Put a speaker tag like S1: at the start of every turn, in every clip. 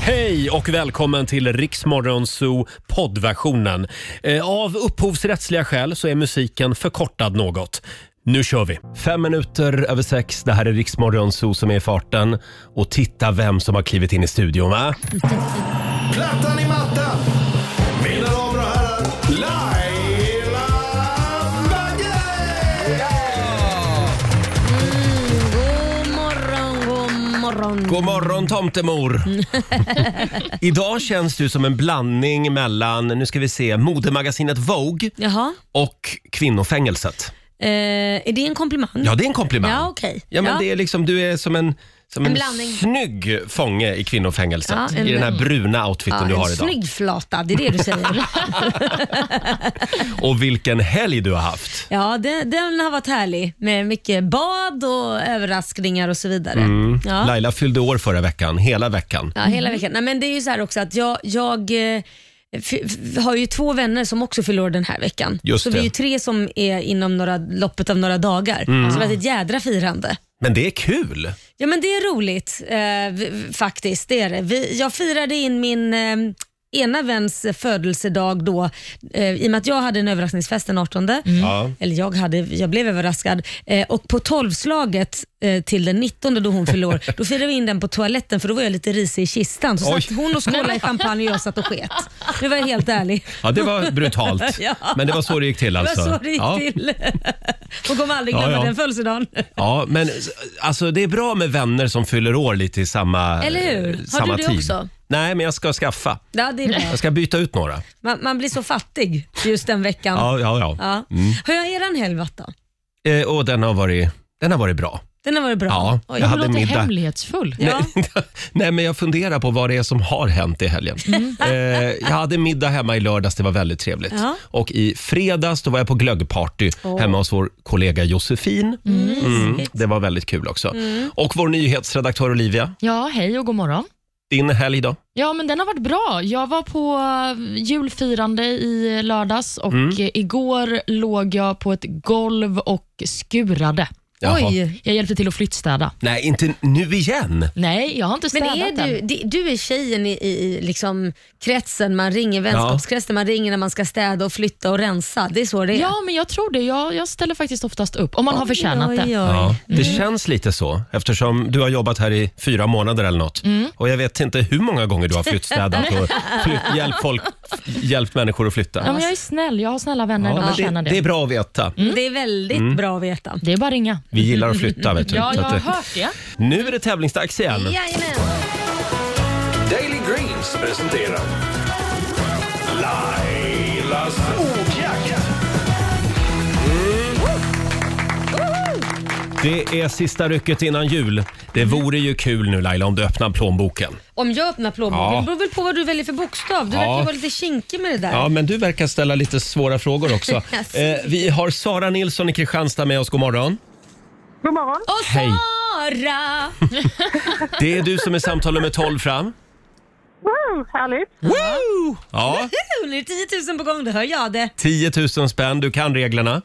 S1: Hej och välkommen till Riksmorgon Zoo poddversionen. Eh, Av upphovsrättsliga skäl så är musiken förkortad något. Nu kör vi! Fem minuter över sex, det här är Riksmorgon Zoo som är i farten. Och titta vem som har klivit in i studion va?
S2: Plattan i mattan! Mina damer och herrar, Laila Bagge!
S3: God morgon, god morgon.
S1: God morgon tomtemor! Idag känns du som en blandning mellan, nu ska vi se, modemagasinet Vogue
S3: Jaha,
S1: och Kvinnofängelset.
S3: eh, är det en komplimang?
S1: Ja, det är en komplimang.
S3: Ja, okej.
S1: Ja, men
S3: Ja.
S1: Det är liksom, du är som en, som
S3: En
S1: en,
S3: blandning.
S1: snygg fånge i kvinnofängelset.
S3: Ja, en-
S1: I den här bruna outfiten
S3: Ja,
S1: du har
S3: en
S1: idag.
S3: snygg flata, det är det du säger.
S1: Och vilken helg du har haft.
S3: ja, den, den har varit härlig med mycket bad och överraskningar och så vidare.
S1: Mm.
S3: Ja.
S1: Laila fyllde år förra veckan, hela veckan.
S3: Ja, hela veckan. Nej, men det är ju så här också att jag, jag eh, f- f- har ju två vänner som också fyller år den här veckan.
S1: Just
S3: så
S1: det. Mm.
S3: vi är ju tre som är inom några, loppet av några dagar. Så det har varit ett jädra firande.
S1: Men det är kul.
S3: Ja men det är roligt eh, v- v- faktiskt. Det är det. Vi, jag firade in min eh, ena väns födelsedag då eh, i och med att jag hade en överraskningsfest den 18.
S1: Ja.
S3: Eller jag, hade, jag blev överraskad. Eh, och på tolvslaget eh, till den 19 då hon fyllde år, då firade vi in den på toaletten för då var jag lite risig i kistan. Så
S1: Oj.
S3: satt hon och skålade i champagne och jag satt och sket. Nu var jag helt ärlig.
S1: Ja, det var brutalt.
S3: Ja.
S1: Men det var så det gick till alltså.
S3: Det var så det gick
S1: ja.
S3: till. Hon kommer aldrig
S1: Ja,
S3: glömma
S1: ja.
S3: den födelsedagen.
S1: Ja, men alltså, det är bra med vänner som fyller år lite i samma eh,
S3: Eller hur? Har du
S1: samma
S3: det
S1: tid.
S3: också?
S1: Nej, men jag ska skaffa.
S3: Ja, det är bra.
S1: Jag ska byta ut några.
S3: Man, man blir så fattig just den veckan.
S1: Ja, ja, ja. Mm.
S3: Ja. Hur har eran helg varit då?
S1: Eh, och den har varit, den har varit bra.
S3: Den har varit bra.
S1: Ja,
S3: Oj.
S1: jag
S4: Du
S1: hade
S4: låter
S1: middag.
S4: hemlighetsfull.
S3: Ja.
S1: Nej, men jag funderar på vad det är som har hänt i helgen. Eh, jag hade middag hemma i lördags, det var väldigt trevligt.
S3: Ja.
S1: Och i fredags då var jag på glöggparty hemma hos vår kollega Josefin. Mm, det var väldigt kul också. Och vår nyhetsredaktör Olivia,
S4: Ja, hej och god morgon.
S1: din helg då?
S4: Ja, men den har varit bra. Jag var på eh, julfirande i lördags och
S1: Mm.
S4: eh, igår låg jag på ett golv och skurade.
S1: Jaha.
S3: Oj.
S4: Jag hjälpte till att flyttstäda.
S1: Nej, inte nu igen.
S4: Nej, jag har inte
S3: Men
S4: städat
S3: är du,
S4: än.
S3: di- du är tjejen i, i i liksom kretsen man ringer, vänskapskretsen man ringer när man ska städa och flytta och rensa. Det är så det är.
S4: Ja, men jag tror det. Jag, jag ställer faktiskt oftast upp, om man har förtjänat
S3: Oj, oj,
S4: det.
S3: oj.
S1: Ja, det känns lite så eftersom du har jobbat här i fyra månader eller något. Och jag vet inte hur många gånger du har flyttstädat och flytt, hjälpt, folk, hjälpt människor att flytta.
S4: Ja, men jag är snäll. Jag har snälla vänner.
S1: Ja,
S4: de
S1: men
S4: förtjänar
S1: det,
S4: det.
S1: det är bra att veta.
S3: Det är väldigt
S1: Mm.
S3: bra att veta.
S4: Det är bara att ringa.
S1: Vi gillar att flytta. Vet du.
S4: Ja,
S1: Så
S4: jag
S1: att,
S4: har
S1: eh,
S4: hört det.
S1: nu är det tävlingsdags igen.
S3: Jajamän.
S2: Daily Greens presenterar Lailas ordjakt.
S1: Det är sista rycket innan jul. Det
S3: Mm.
S1: vore ju kul nu Laila om du öppnar plånboken.
S3: Om jag öppnar plånboken,
S1: Ja.
S3: det beror väl på vad du väljer för bokstav. Du
S1: Ja.
S3: verkar ju vara lite kinkig med det där.
S1: Ja, men du verkar ställa lite svåra frågor också.
S3: Yes.
S1: Eh, vi har Sara Nilsson i Kristianstad med oss. God morgon.
S5: God morgon.
S3: Och
S1: Hej.
S3: Sara!
S1: Det är du som är samtal nummer 12 fram.
S5: Woo, härligt.
S1: Woo! Ja,
S3: Nu är det 10 000 på gång, det hör jag det.
S1: 10 000 spänn. Du kan reglerna.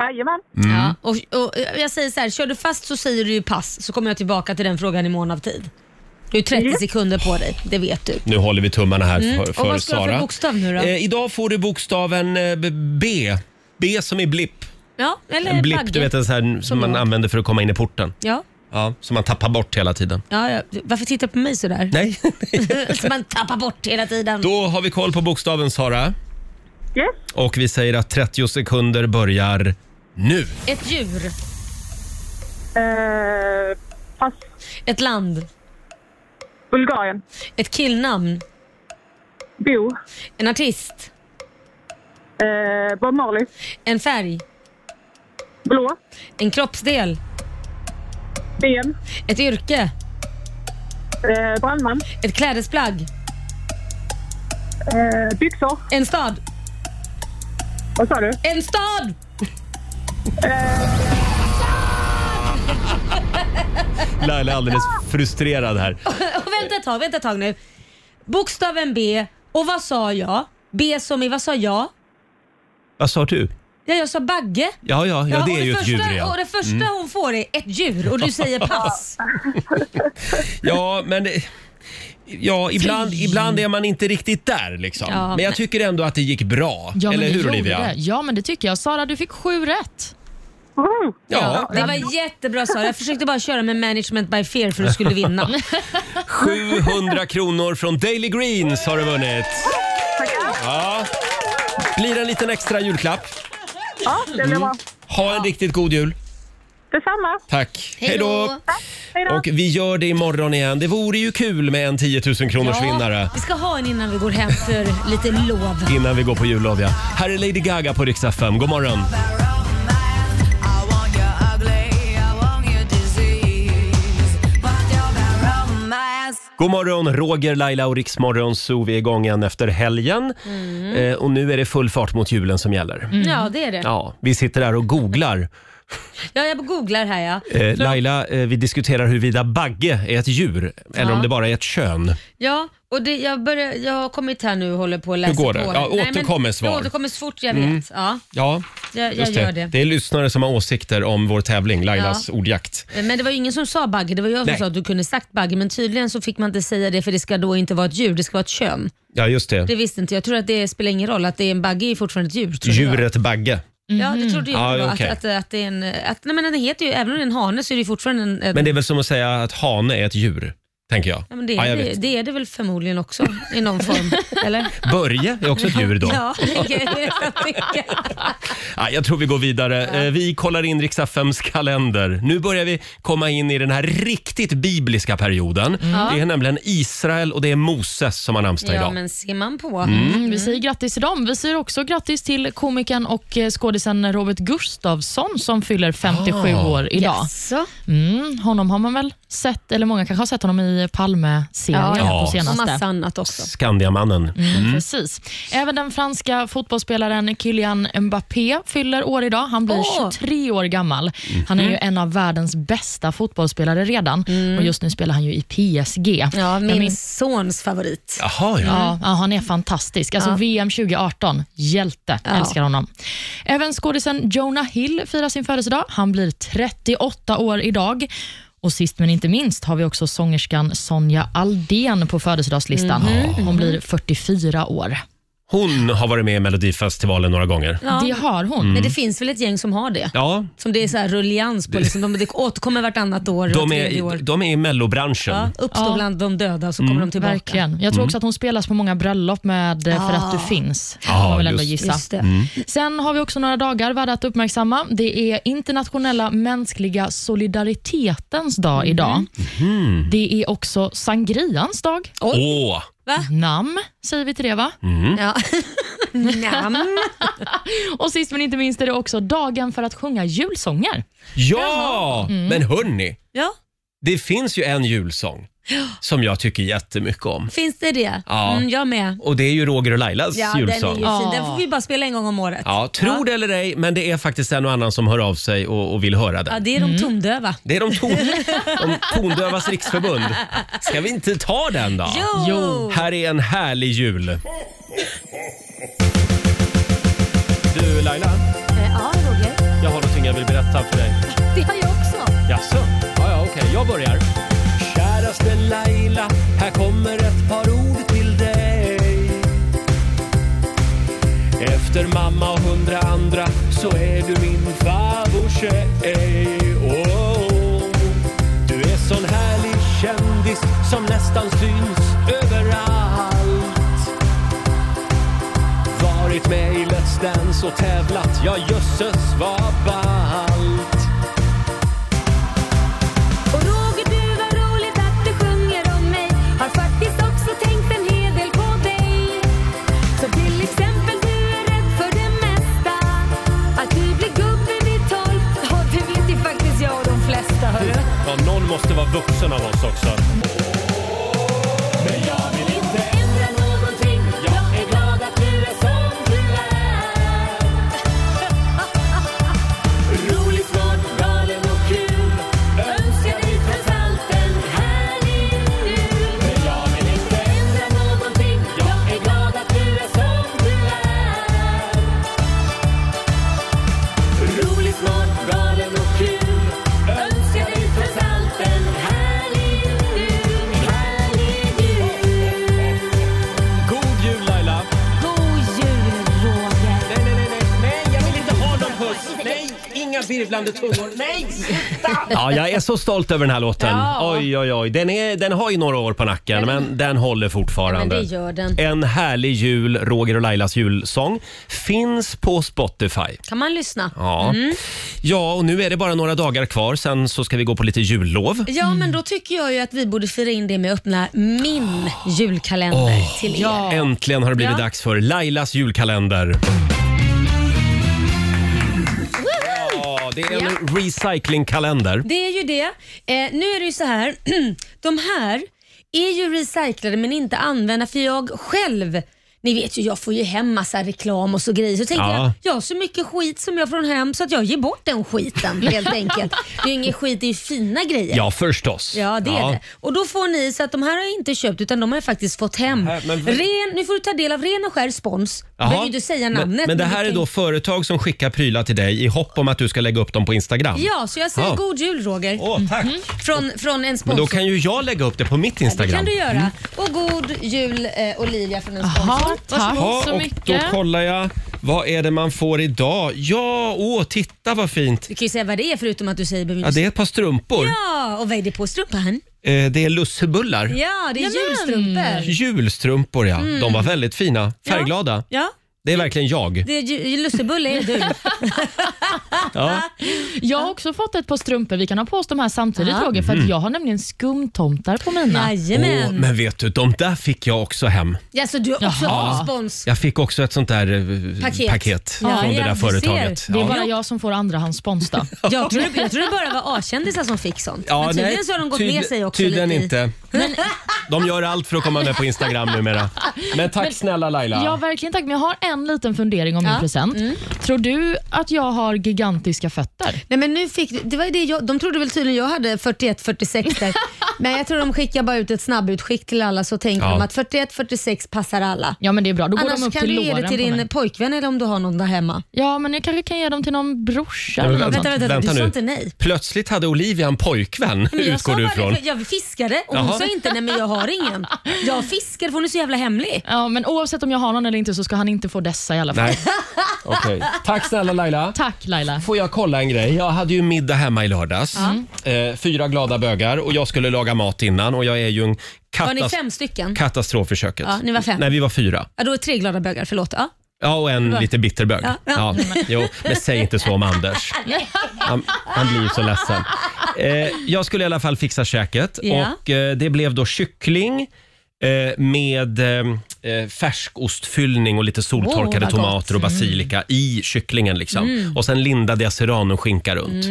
S5: Jajamän.
S1: Mm.
S3: Ja, och, och, jag säger så här, kör du fast så säger du ju pass så kommer jag tillbaka till den frågan i mån av tid. Du har ju 30 sekunder på dig, det vet du.
S1: Nu håller vi tummarna här för, för
S3: Mm. Och vad ska du ha
S1: Sara.
S3: för bokstav nu då?
S1: Eh, idag får du bokstaven eh, b- B. B som i blipp.
S3: Ja, eller
S1: En blipp,
S3: bagge.
S1: du vet en sån här som man
S3: bra.
S1: använder för att komma in i porten.
S3: Ja.
S1: Ja, som man tappar bort hela tiden.
S3: Ja, ja. Varför tittar du på mig sådär?
S1: Nej.
S3: Som man tappar bort hela tiden.
S1: Då har vi koll på bokstaven Sara.
S5: Yes.
S1: Och vi säger att 30 sekunder börjar nu.
S3: Ett djur,
S5: Eh, pass.
S3: ett land,
S5: Bulgarien.
S3: ett killnamn,
S5: Bo.
S3: en artist,
S5: Eh, Bob Marley.
S3: en färg,
S5: Blå.
S3: en kroppsdel,
S5: Ben.
S3: ett yrke,
S5: Eh, brandman.
S3: ett klädesplagg,
S5: Eh, byxor.
S3: en stad,
S5: Vad sa du?
S3: en stad!
S1: Laila är alldeles frustrerad här.
S3: Och vänta ett tag, vänta ett tag nu. Bokstaven B och vad sa jag? B som i vad sa jag?
S1: Vad sa du?
S3: Ja, jag sa bagge.
S1: Ja, ja, ja, det
S3: och
S1: är ju ett
S3: första,
S1: djur ja. Mm.
S3: Och det första hon får är ett djur och du säger pass.
S1: Ja, men det, Ja, ibland, ibland är man inte riktigt där liksom.
S4: Ja,
S1: men jag
S4: men-
S1: tycker ändå att det gick bra.
S4: Ja, men
S1: Eller
S4: det
S1: hur
S4: gjorde
S1: Olivia?
S4: det. Ja, men det tycker jag. Sara, du fick sju rätt.
S5: Woho!
S1: Ja.
S3: Det var jättebra Sara. Jag försökte bara köra med management by fear för att du skulle vinna.
S1: 700 kronor från Daily Greens har du vunnit.
S5: Tackar.
S1: Ja. Blir en liten extra julklapp.
S5: Ja, det blir bra.
S1: Ha en riktigt god jul.
S5: Detsamma.
S1: Tack. Hej
S4: Hej
S1: då!
S4: då.
S5: Hej då.
S1: Och vi gör det imorgon igen. Det vore ju kul med en 10 000 kronors vinnare
S3: Vi ska ha en innan vi går hem för lite lov.
S1: innan vi går på jullov. Ja. Här är Lady Gaga på Rix FM. God morgon! God morgon, Roger, Laila och Riksmorgon Zoo. Vi är igång igen efter helgen.
S5: Mm.
S1: Eh, och nu är det full fart mot julen som gäller.
S3: Ja, det är det. Ja,
S1: Mm. Ja, vi sitter här och googlar.
S3: jag googlar här ja.
S1: Eh, Laila, eh, vi diskuterar huruvida bagge är ett djur eller om det bara är ett kön.
S3: Ja, och det, jag, börjar, jag har kommit här nu och håller på att läsa
S1: går det?
S3: på.
S1: Ja,
S3: Nej, men
S1: återkommer svar.
S3: Jag återkommer så fort jag vet. Ja,
S1: Ja,
S3: jag, jag
S1: just
S3: gör
S1: det.
S3: det.
S1: Det är lyssnare som har åsikter om vår tävling, Lailas ordjakt.
S3: Men det var ju ingen som sa bagge, det var jag som
S1: Nej.
S3: sa att du kunde sagt bagge. Men tydligen så fick man inte säga det för det ska då inte vara ett djur, det ska vara ett kön.
S1: Ja, just det.
S3: Det visste inte jag. Jag tror att det spelar ingen roll, att det är en bagge är fortfarande ett djur. tror jag.
S1: Djuret bagge.
S3: Ja, det trodde jag
S1: Mm. Ja,
S3: då,
S1: okej.
S3: att, att, att det är en... Att, nej, men den heter ju, även om det är en hane så är det ju fortfarande en... en
S1: Men det är väl som att säga att hane är ett djur, tänker jag.
S3: ja, men det,
S1: Ja,
S3: är,
S1: jag
S3: det,
S1: vet.
S3: det är det väl förmodligen också i någon form, eller?
S1: Börje är också ett djur då.
S3: Ja, det kan jag tycka.
S1: Ja, jag tror vi går vidare. Eh, Vi kollar in Rix FMs kalender. Nu börjar vi komma in i den här riktigt bibliska perioden. Det är nämligen Israel och det är Moses som har namnsdag
S3: Mm. ja,
S1: idag.
S3: men ser man på.
S4: Mm, vi säger grattis till dem. Vi säger också grattis till komikern och eh, skådisen Robert Gustafsson som fyller 57
S1: Ah.
S4: år idag.
S3: Jaså?
S4: Mm, honom har man väl sett, eller många kanske har sett honom i Palme-serien
S3: Ja,
S4: här
S1: ja.
S4: på
S3: Och
S4: senaste.
S3: massa annat också.
S1: Skandiamannen.
S4: Mm. Precis. Även den franska fotbollsspelaren Kylian Mbappé fyller år idag. Han blir
S3: Åh. Mhm.
S4: 23 år gammal. Han är ju en av världens bästa fotbollsspelare redan och just nu spelar han ju i PSG.
S3: Mm. Ja,
S4: Jag
S3: min
S4: minns-
S3: sons favorit.
S1: Jaha, ja.
S3: Mm.
S4: Ja, ja, han är fantastisk. Alltså VM 2018, hjälte.
S3: Ja.
S4: Älskar honom. Även skådisen Jonah Hill firar sin födelsedag. Han blir 38 år idag. Och Sist men inte minst har vi också sångerskan Sonja Aldén på födelsedagslistan.
S3: Mhm.
S4: Hon blir 44 år.
S1: Hon har varit med i Melodifestivalen några gånger.
S3: Ja. Mm.
S4: Det har hon.
S3: Men det
S1: Mm.
S3: finns väl ett gäng som har det?
S1: Ja,
S3: Som det är så här rullians på. Liksom. De, det återkommer vartannat år,
S1: de
S3: vart
S1: är,
S3: tredje
S1: i-
S3: år.
S1: de är i mellobranschen.
S3: Ja, uppstår
S4: Ja.
S3: bland de döda och så kommer
S1: Mm.
S3: de tillbaka.
S4: Verkligen. Jag tror också att hon spelas på många bröllop med eh, För att du finns. Kan
S1: Ah,
S4: man väl ändå
S1: just-
S4: gissa.
S3: Just det.
S1: Mm.
S4: Sen har vi också några dagar värda att uppmärksamma. Det är internationella mänskliga solidaritetens
S1: Mhm.
S4: dag idag. Det är också sangrians dag.
S1: Åh,
S4: Nam säger vi till det va?
S1: Mm.
S3: Ja. Namn.
S4: Och sist men inte minst är det också dagen för att sjunga julsånger.
S1: ja!
S3: Mm.
S1: Men hörni,
S3: Ja,
S1: det finns ju en julsång som jag tycker jättemycket om.
S3: finns det det?
S1: Ja.
S3: Mm, jag med.
S1: Och det är ju Roger och Lailas
S3: Ja, den är
S1: julsång.
S3: ju fin. Den får vi bara spela en gång om året.
S1: Ja, tro det eller ej, men det är faktiskt en och annan som hör av sig och, och vill höra
S3: Ja,
S1: den.
S3: det är de tondöva.
S1: Det är de, ton, de tondövas riksförbund. Ska vi inte ta den då?
S3: Jo!
S4: Jo.
S1: Här är en härlig jul. Du Laila,
S3: Eh, Ja, Roger.
S1: jag har någonting jag vill berätta för dig.
S3: Det har jag också.
S1: Jaså? Ja, ja, okej. Jag börjar. Käraste Laila, här kommer ett par ord till dig. Efter mamma och hundra andra så är du min favorittjej. Oh, du är sån härlig kändis som nästan syns överallt. Varit med i Let's Dance och tävlat, ja jösses vad ballt.
S6: Och Roger du var roligt att du sjunger om mig Har faktiskt också tänkt en hel del på dig Så till exempel du är rädd för det mesta Att du blir gubbe vid tolv Ja det vet ju faktiskt jag och de flesta hörru
S1: Ja, någon måste vara vuxen av oss också.
S6: Men jag vill inte ändra någonting Jag är glad att du är som du är Rolig, smart, galen och kul Önskar dig trots allt en härlig jul Men jag vill inte ändra någonting Jag är glad att du är som du är Rolig, smart, galen och kul Önskar dig trots allt en härlig jul Härlig jul
S1: jublande tungor. Nej, Ja, jag är så stolt över den här låten.
S3: Ja.
S1: Oj, oj, oj. Den, är, den har ju några år på nacken, men den håller
S3: Men
S1: fortfarande.
S3: det gör den.
S1: En härlig jul, Roger och Lailas julsång, finns på Spotify.
S3: Kan man lyssna?
S1: Ja.
S3: Mm.
S1: ja, och nu är det bara några dagar kvar, sen så ska vi gå på lite jullov.
S3: Ja, men då tycker jag ju att vi borde fira in det med att öppna min julkalender till er.
S1: Äntligen har det blivit
S3: Ja.
S1: dags för Lailas julkalender. Ja, det är en recyclingkalender.
S3: Det är ju det. Eh, nu är det ju så här. De här är ju recyclade men inte använda för jag själv ni vet ju, jag får ju hem massa reklam och så grejer. Så tänkte
S1: Ja.
S3: jag, jag har så mycket skit som jag får hem så att jag ger bort den skiten helt enkelt. Det är ju ingen skit, det är ju fina grejer.
S1: Ja, förstås.
S3: Ja, det är det. Och då får ni, så att de här har jag inte köpt utan de har jag faktiskt fått hem.
S1: Här, men-
S3: Ren, nu får du ta del av ren och skär spons. Du
S1: Jaha.
S3: behöver ju inte säga namnet.
S1: Men, men det
S3: du
S1: här är
S3: kan-
S1: då företag som skickar prylar till dig i hopp om att du ska lägga upp dem på Instagram.
S3: Ja, Mhm. så jag säger
S1: Ja.
S3: god jul Roger.
S1: Åh, tack.
S3: Från, från en
S1: Men
S3: sponsor.
S1: då kan ju jag lägga upp det på mitt
S3: Det
S1: Instagram. Mm.
S3: kan du göra. Och god jul eh, Olivia från en sponsor.
S4: Jaha, tack
S1: Ja,
S4: så
S1: och då
S4: mycket.
S1: kollar jag. Vad är det man får idag? Ja, åh, titta vad fint.
S3: Du kan ju säga vad det är förutom att du säger behöver
S1: Ja,
S3: inte-
S1: det är ett par strumpor.
S3: ja, och vad är det på strumpan?
S1: Eh, det är lussebullar.
S3: Ja, det är
S4: Jamen.
S3: julstrumpor.
S1: Julstrumpor, ja. De var väldigt fina. Färgglada.
S3: Ja,
S1: Det är verkligen jag.
S3: det är ju, lussebulle är du.
S1: Ja.
S4: Jag har också fått ett par strumpor. Vi kan ha på oss de här samtidigt Roger, för
S1: Mhm.
S4: att jag har nämligen skumtomtar på mina.
S1: Åh,
S3: Jajamän.
S1: men vet du, de där fick jag också hem.
S3: Ja, så du har också
S4: Jaha.
S3: fått spons.
S1: Jag fick också ett sånt där eh,
S3: Paket.
S1: paket,
S3: Ja,
S1: från
S3: ja,
S1: det där
S3: du ser.
S1: företaget.
S4: Det är
S1: Ja.
S4: bara jag som får andrahandsspons då.
S3: Jag tror, jag tror det bara var A-kändisar som fick sånt.
S1: Ja,
S3: Men tydligen
S1: nej,
S3: så har de gått
S1: tyd-
S3: ner sig också.
S1: Tydligen
S3: lite i-
S1: inte. De gör allt för att komma med på Instagram numera. Men tack snälla Laila.
S4: Ja, verkligen tack. Men jag har en liten fundering om
S3: Ja.
S4: min present.
S1: Mm.
S4: Tror du att jag har gigantiska fötter?
S3: Nej, men nu fick, du- det var ju det jag, de trodde väl tydligen jag hade 41-46 där. men jag tror de skickar bara ut ett snabbutskick till alla så tänker
S1: Ja.
S3: de att 41-46 passar alla.
S4: Ja, men det är bra. Då går de
S3: Annars
S4: upp
S3: kan
S4: till
S3: du ge
S4: låren
S3: det till
S4: på
S3: din
S4: mig.
S3: pojkvän eller om du har någon där hemma.
S4: Ja, men jag kanske kan ge dem till någon brorsa
S1: Nej,
S4: eller
S1: men
S4: något
S3: Vänta,
S4: sånt.
S3: vänta,
S1: vänta
S3: du sa
S1: nu.
S3: inte nej.
S1: Plötsligt hade Olivia en pojkvän,
S3: Men jag
S1: utgår
S3: sa
S1: du
S3: bara
S1: ifrån.
S3: det, för Jag fiskade och hon
S1: Jaha.
S3: sa inte nej men jag har ingen. Jag fiskade för hon är så jävla hemlig.
S4: Ja, men oavsett om jag har någon eller inte så ska han inte få dessa i alla fall.
S1: Nej. Okej. Tack snälla Laila.
S4: Tack Laila.
S1: Får jag kolla en grej? Jag hade ju middag hemma i lördags. Eh, fyra glada bögar och jag skulle laga mat innan och jag är ju en
S3: Var ni
S1: katas-
S3: fem stycken?
S1: katastrof i köket.
S3: Ja, ni var fem.
S1: Nej, vi var fyra.
S3: Ja, då är tre glada bögar, förlåt. Ja.
S1: Ja, och en lite bitterbög.
S3: Ja,
S1: Ja,
S3: ja.
S1: jo, men säg inte så om Anders. Han, han blir ju så ledsen. Eh, jag skulle i alla fall fixa käket
S3: Ja.
S1: och eh, det blev då kyckling eh, med eh, eh, färskostfyllning och lite soltorkade
S3: vad gott. Mm.
S1: tomater och basilika i kycklingen. Liksom. Och sen lindade jag serranoskinka runt.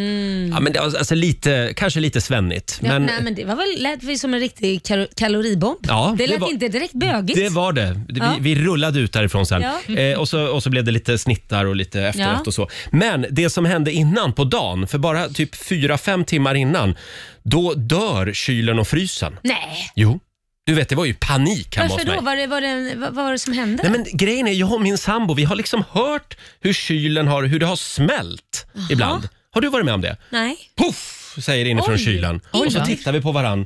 S1: Ja, men det var, alltså, lite, kanske lite svennigt.
S3: Mm. Ja,
S1: men,
S3: nej, men det var väl, lät väl som en riktig kal kaloribomb.
S1: Ja,
S3: det
S1: det
S3: lät
S1: var-
S3: inte direkt bögigt.
S1: Det var det. Vi,
S3: Ja.
S1: vi rullade ut därifrån sen.
S3: Ja.
S1: Eh, och, så, och så blev det lite snittar och lite efterrätt
S3: Ja.
S1: och så. Men det som hände innan på dagen, för bara typ 4-5 timmar innan, då dör kylen och frysen.
S3: Nej,
S1: Jo, du vet det var ju panik hemma
S3: varför
S1: hos
S3: då?
S1: mig.
S3: Var det, var det, vad vad var det som hände?
S1: Nej, men grejen är, jag och min sambo, vi har liksom hört hur kylen har, hur det har smält ibland. Har du varit med om det?
S3: Nej.
S1: Puff, säger det inifrån
S4: Oj.
S1: kylen.
S4: Oj
S1: och så
S4: då.
S1: tittar vi på varann.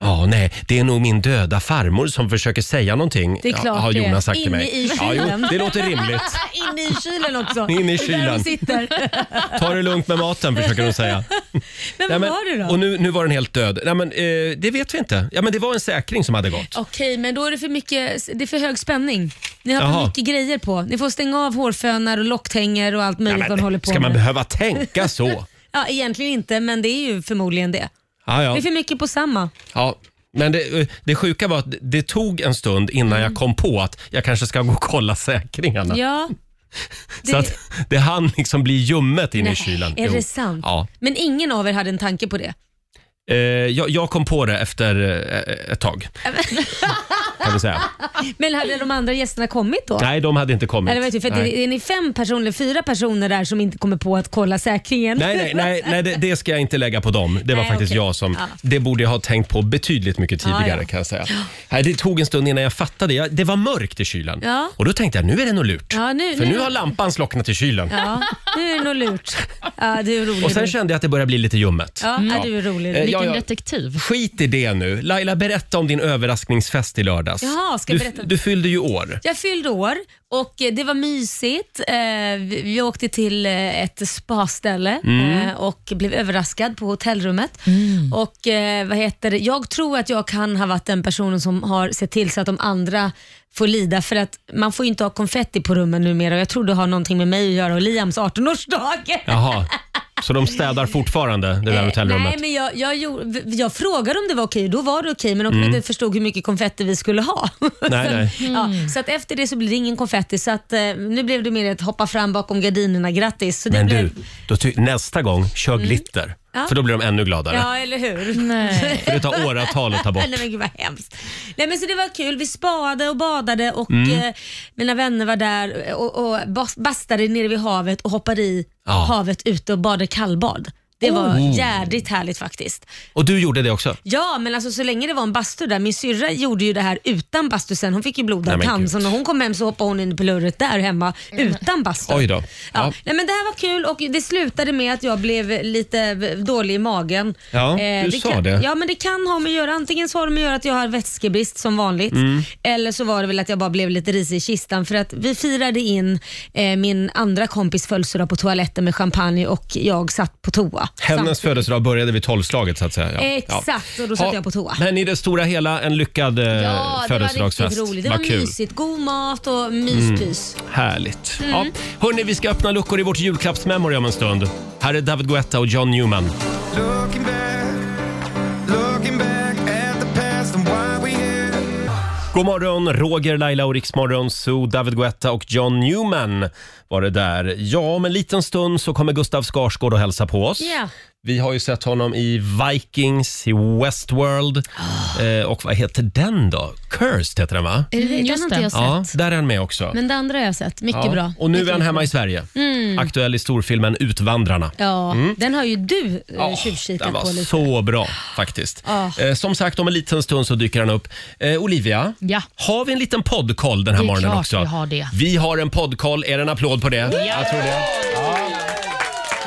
S1: Ja, nej, det är nog min döda farmor som försöker säga någonting.
S3: Det är klart
S1: ja, har
S3: det.
S1: Jonas sagt till
S3: Inne
S1: mig.
S3: i
S1: ja,
S3: kylen.
S1: jo, det låter rimligt.
S3: Inne i kylen också.
S1: Inne i
S3: Där de
S1: kylen.
S3: sitter.
S1: Ta det lugnt med maten, försöker hon säga.
S3: Men
S1: Nej,
S3: vad
S1: men-
S3: var det då?
S1: Och nu, nu var den helt död. Nej, men, eh, det vet vi inte. Ja, men det var en säkring som hade gått.
S3: Okej, men då är det för mycket, det är för hög spänning. Ni har för
S1: Jaha.
S3: mycket grejer på. Ni får stänga av hårfönar och locktänger och allt
S1: Ja,
S3: möjligt vad
S1: men,
S3: de håller på
S1: ska man
S3: med.
S1: behöva tänka så?
S3: Ja, egentligen inte, men det är ju förmodligen det.
S1: Ja,
S3: Det
S1: ja.
S3: är för mycket på samma.
S1: ja. Men det, eh, det sjuka var att det tog en stund innan jag kom på att jag kanske ska gå och kolla säkringarna.
S3: Mm. Ja,
S1: Så att det hann liksom bli ljummet in
S3: nej,
S1: i kylen.
S3: Äh, är
S1: Jo.
S3: det sant?
S1: Ja.
S3: Men ingen av er hade en tanke på det?
S1: Eh, jag, jag kom på det efter eh, ett tag. kan vi säga.
S3: Men hade de andra gästerna kommit då?
S1: Nej, de hade inte kommit.
S3: Eller vet du, för att
S1: nej.
S3: är, är ni fem personer eller fyra personer där som inte kommer på att kolla säkringen?
S1: Nej, nej, nej, nej det, det ska jag inte lägga på dem. Det var
S3: Nej,
S1: faktiskt
S3: okej.
S1: jag som...
S3: Ja.
S1: Det borde jag ha tänkt på betydligt mycket
S3: Ja,
S1: tidigare
S3: ja.
S1: kan jag säga. Nej, det tog en stund innan jag fattade. Jag, det var mörkt i kylen.
S3: Ja.
S1: Och då tänkte jag, nu är det nog lurt.
S3: Ja, nu-
S1: För
S3: nu-
S1: nu... har lampan slocknat i kylen.
S3: Ja, nu är det nog lurt. Ja, du är rolig.
S1: Och sen
S3: du.
S1: kände jag att det började bli lite ljummet.
S3: Ja, ja, du är rolig.
S1: Eh,
S4: Vilken
S1: ja, ja.
S4: detektiv.
S1: Skit i det nu. Laila, berätta om din överraskningsfest i lördags.
S3: Jaha, ska jag
S1: du,
S3: berätta?
S1: du fyllde ju år.
S3: Jag fyllde år och eh, det var mysigt. Eh, vi- Vi åkte till eh, ett spaställe
S6: Mm.
S3: eh, och blev överraskad på hotellrummet. Och eh, vad heter det? Jag tror att jag kan ha varit den personen som har sett till så att de andra får lida för att man får ju inte ha konfetti på rummen numera och jag tror det har någonting med mig att göra och Liams 18-årsdag.
S1: Jaha, så de städar fortfarande det där hotellrummet?
S3: Eh, Nej, men jag, jag, gjorde- jag frågade om det var okej och då var det okej men de
S1: Mm.
S3: inte förstod hur mycket konfetti vi skulle ha.
S1: Nej, nej.
S3: Ja, så att efter det så blir det ingen konfetti så att, eh, nu blev det mer ett hoppa fram bakom gardinerna, grattis. Så det
S1: Men
S3: blev,
S1: du, då ty- nästa gång, kör
S3: Mm.
S1: glitter.
S3: Ja.
S1: För då blir de ännu gladare.
S3: Ja, eller hur? Nej.
S1: För det tar åratal att ta bort.
S3: Nej men gud vad hemskt. Nej men så det var kul. Vi spade och badade och
S1: Mm.
S3: eh, mina vänner var där och, och bas- bastade nere vid havet och hoppade i
S1: Ja.
S3: havet ute och badade kallbad. Det var
S1: Oh.
S3: jädrigt härligt faktiskt.
S1: Och du gjorde det också?
S3: Ja, men alltså så länge det var en bastu där. Min syrra gjorde ju det här utan bastu sen. Hon fick ju
S1: Nej,
S3: blodad
S1: men
S3: tand,
S1: gud.
S3: så när hon kom hem så hoppade hon in i plurret där hemma utan bastu.
S1: Oj då.
S3: Ja. Nej, men det här var kul och det slutade med att jag blev lite dålig i magen.
S1: Ja, du sa
S3: kan,
S1: det.
S3: Ja, men det kan ha med att göra. Antingen så har det med att göra att jag har vätskebrist som vanligt.
S1: Mm.
S3: Eller så var det väl att jag bara blev lite risig i kistan för att vi firade in eh, min andra kompis födelsedag på toaletten med champagne och jag satt på toa.
S1: Hennes födelsedag började vid tolvslaget så att säga. Ja. Ja.
S3: Exakt, och då satt
S1: Ja,
S3: jag på toa.
S1: Men i det stora hela en lyckad eh,
S3: Ja, det var
S1: födelsedagsfest.
S3: riktigt roligt. Det
S1: Vad
S3: var
S1: kul.
S3: mysigt. God mat och myspys.
S1: Härligt.
S3: Mm.
S1: Ja. Hörni, vi ska öppna luckor i vårt julklappsmemory om en stund. Här är David Guetta och John Newman.
S2: Looking back, looking back at the past and why we here.
S1: God morgon, Roger, Laila och Riksmorgon Zoo, David Guetta och John Newman var det där. Ja, om en liten stund så kommer Gustav Skarsgård och hälsa på oss.
S3: Ja.
S1: Vi har ju sett honom i Vikings, i Westworld
S3: Ah.
S1: eh, och vad heter den då? Cursed heter den va?
S3: Är det det? Den har inte Mm, jag
S1: Ja, där är han med också.
S3: Men det andra har jag sett. Mycket
S1: ja.
S3: bra.
S1: Och nu
S3: Mycket
S1: är han
S3: bra.
S1: hemma i Sverige.
S3: Mm.
S1: Aktuell i storfilmen Utvandrarna.
S3: Ja,
S1: Mm.
S3: den har ju du
S1: Ja,
S3: oh, tjuvkikat
S1: Den var
S3: på lite.
S1: så bra faktiskt.
S3: Ja.
S1: Eh, som sagt, om en liten stund så dyker han upp. Eh, Olivia,
S4: Ja.
S1: har vi en liten poddkoll den här
S4: Det är
S1: morgonen
S4: klart
S1: också?
S4: vi har det.
S1: Vi har en poddkoll. Är det en applåd på det? Jag tror det.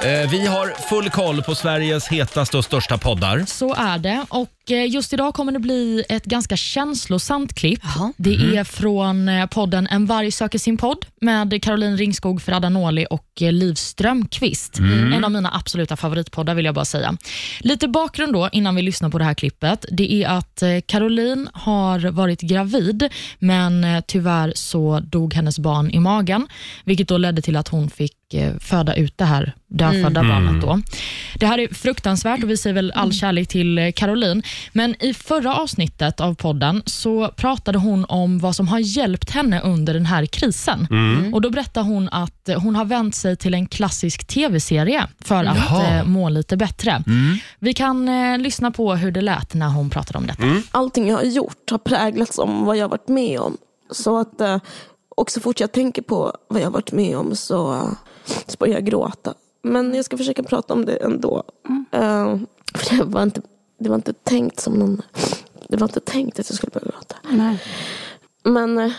S1: Eh, Vi har full koll på Sveriges hetaste och största poddar.
S4: Så är det. Och eh, just idag kommer det bli ett ganska känslosamt klipp. Det
S1: Mhm.
S4: är från eh, podden En varg söker sin podd med Caroline Ringskog, Ferhada Nåli och eh, Liv Strömquist.
S6: Mm.
S4: En av mina absoluta favoritpoddar vill jag bara säga. Lite bakgrund då innan vi lyssnar på det här klippet. Det är att eh, Caroline har varit gravid men eh, tyvärr så dog hennes barn i magen vilket då ledde till att hon fick eh, föda ut det här dödfödda
S6: Mm.
S4: barnet. Då. Det här är fruktansvärt och vi säger väl all kärlek till eh, Caroline. Men i förra avsnittet av podden så pratade hon om vad som har hjälpt henne under den här krisen.
S6: Mm.
S4: Och Då berättade hon att eh, hon har vänt sig till en klassisk tv-serie för att
S6: Jaha. Mm.
S4: eh, må lite bättre. Vi kan eh, lyssna på hur det lät när hon pratade om detta.
S7: Allting jag har gjort har präglats om vad jag har varit med om. Så att, eh, och så fort jag tänker på vad jag har varit med om så, eh, så börjar jag gråta. Men jag ska försöka prata om det ändå. Eh, för det var, inte, det var inte tänkt som någon... Det var inte tänkt att jag skulle börja gråta. Men, eh,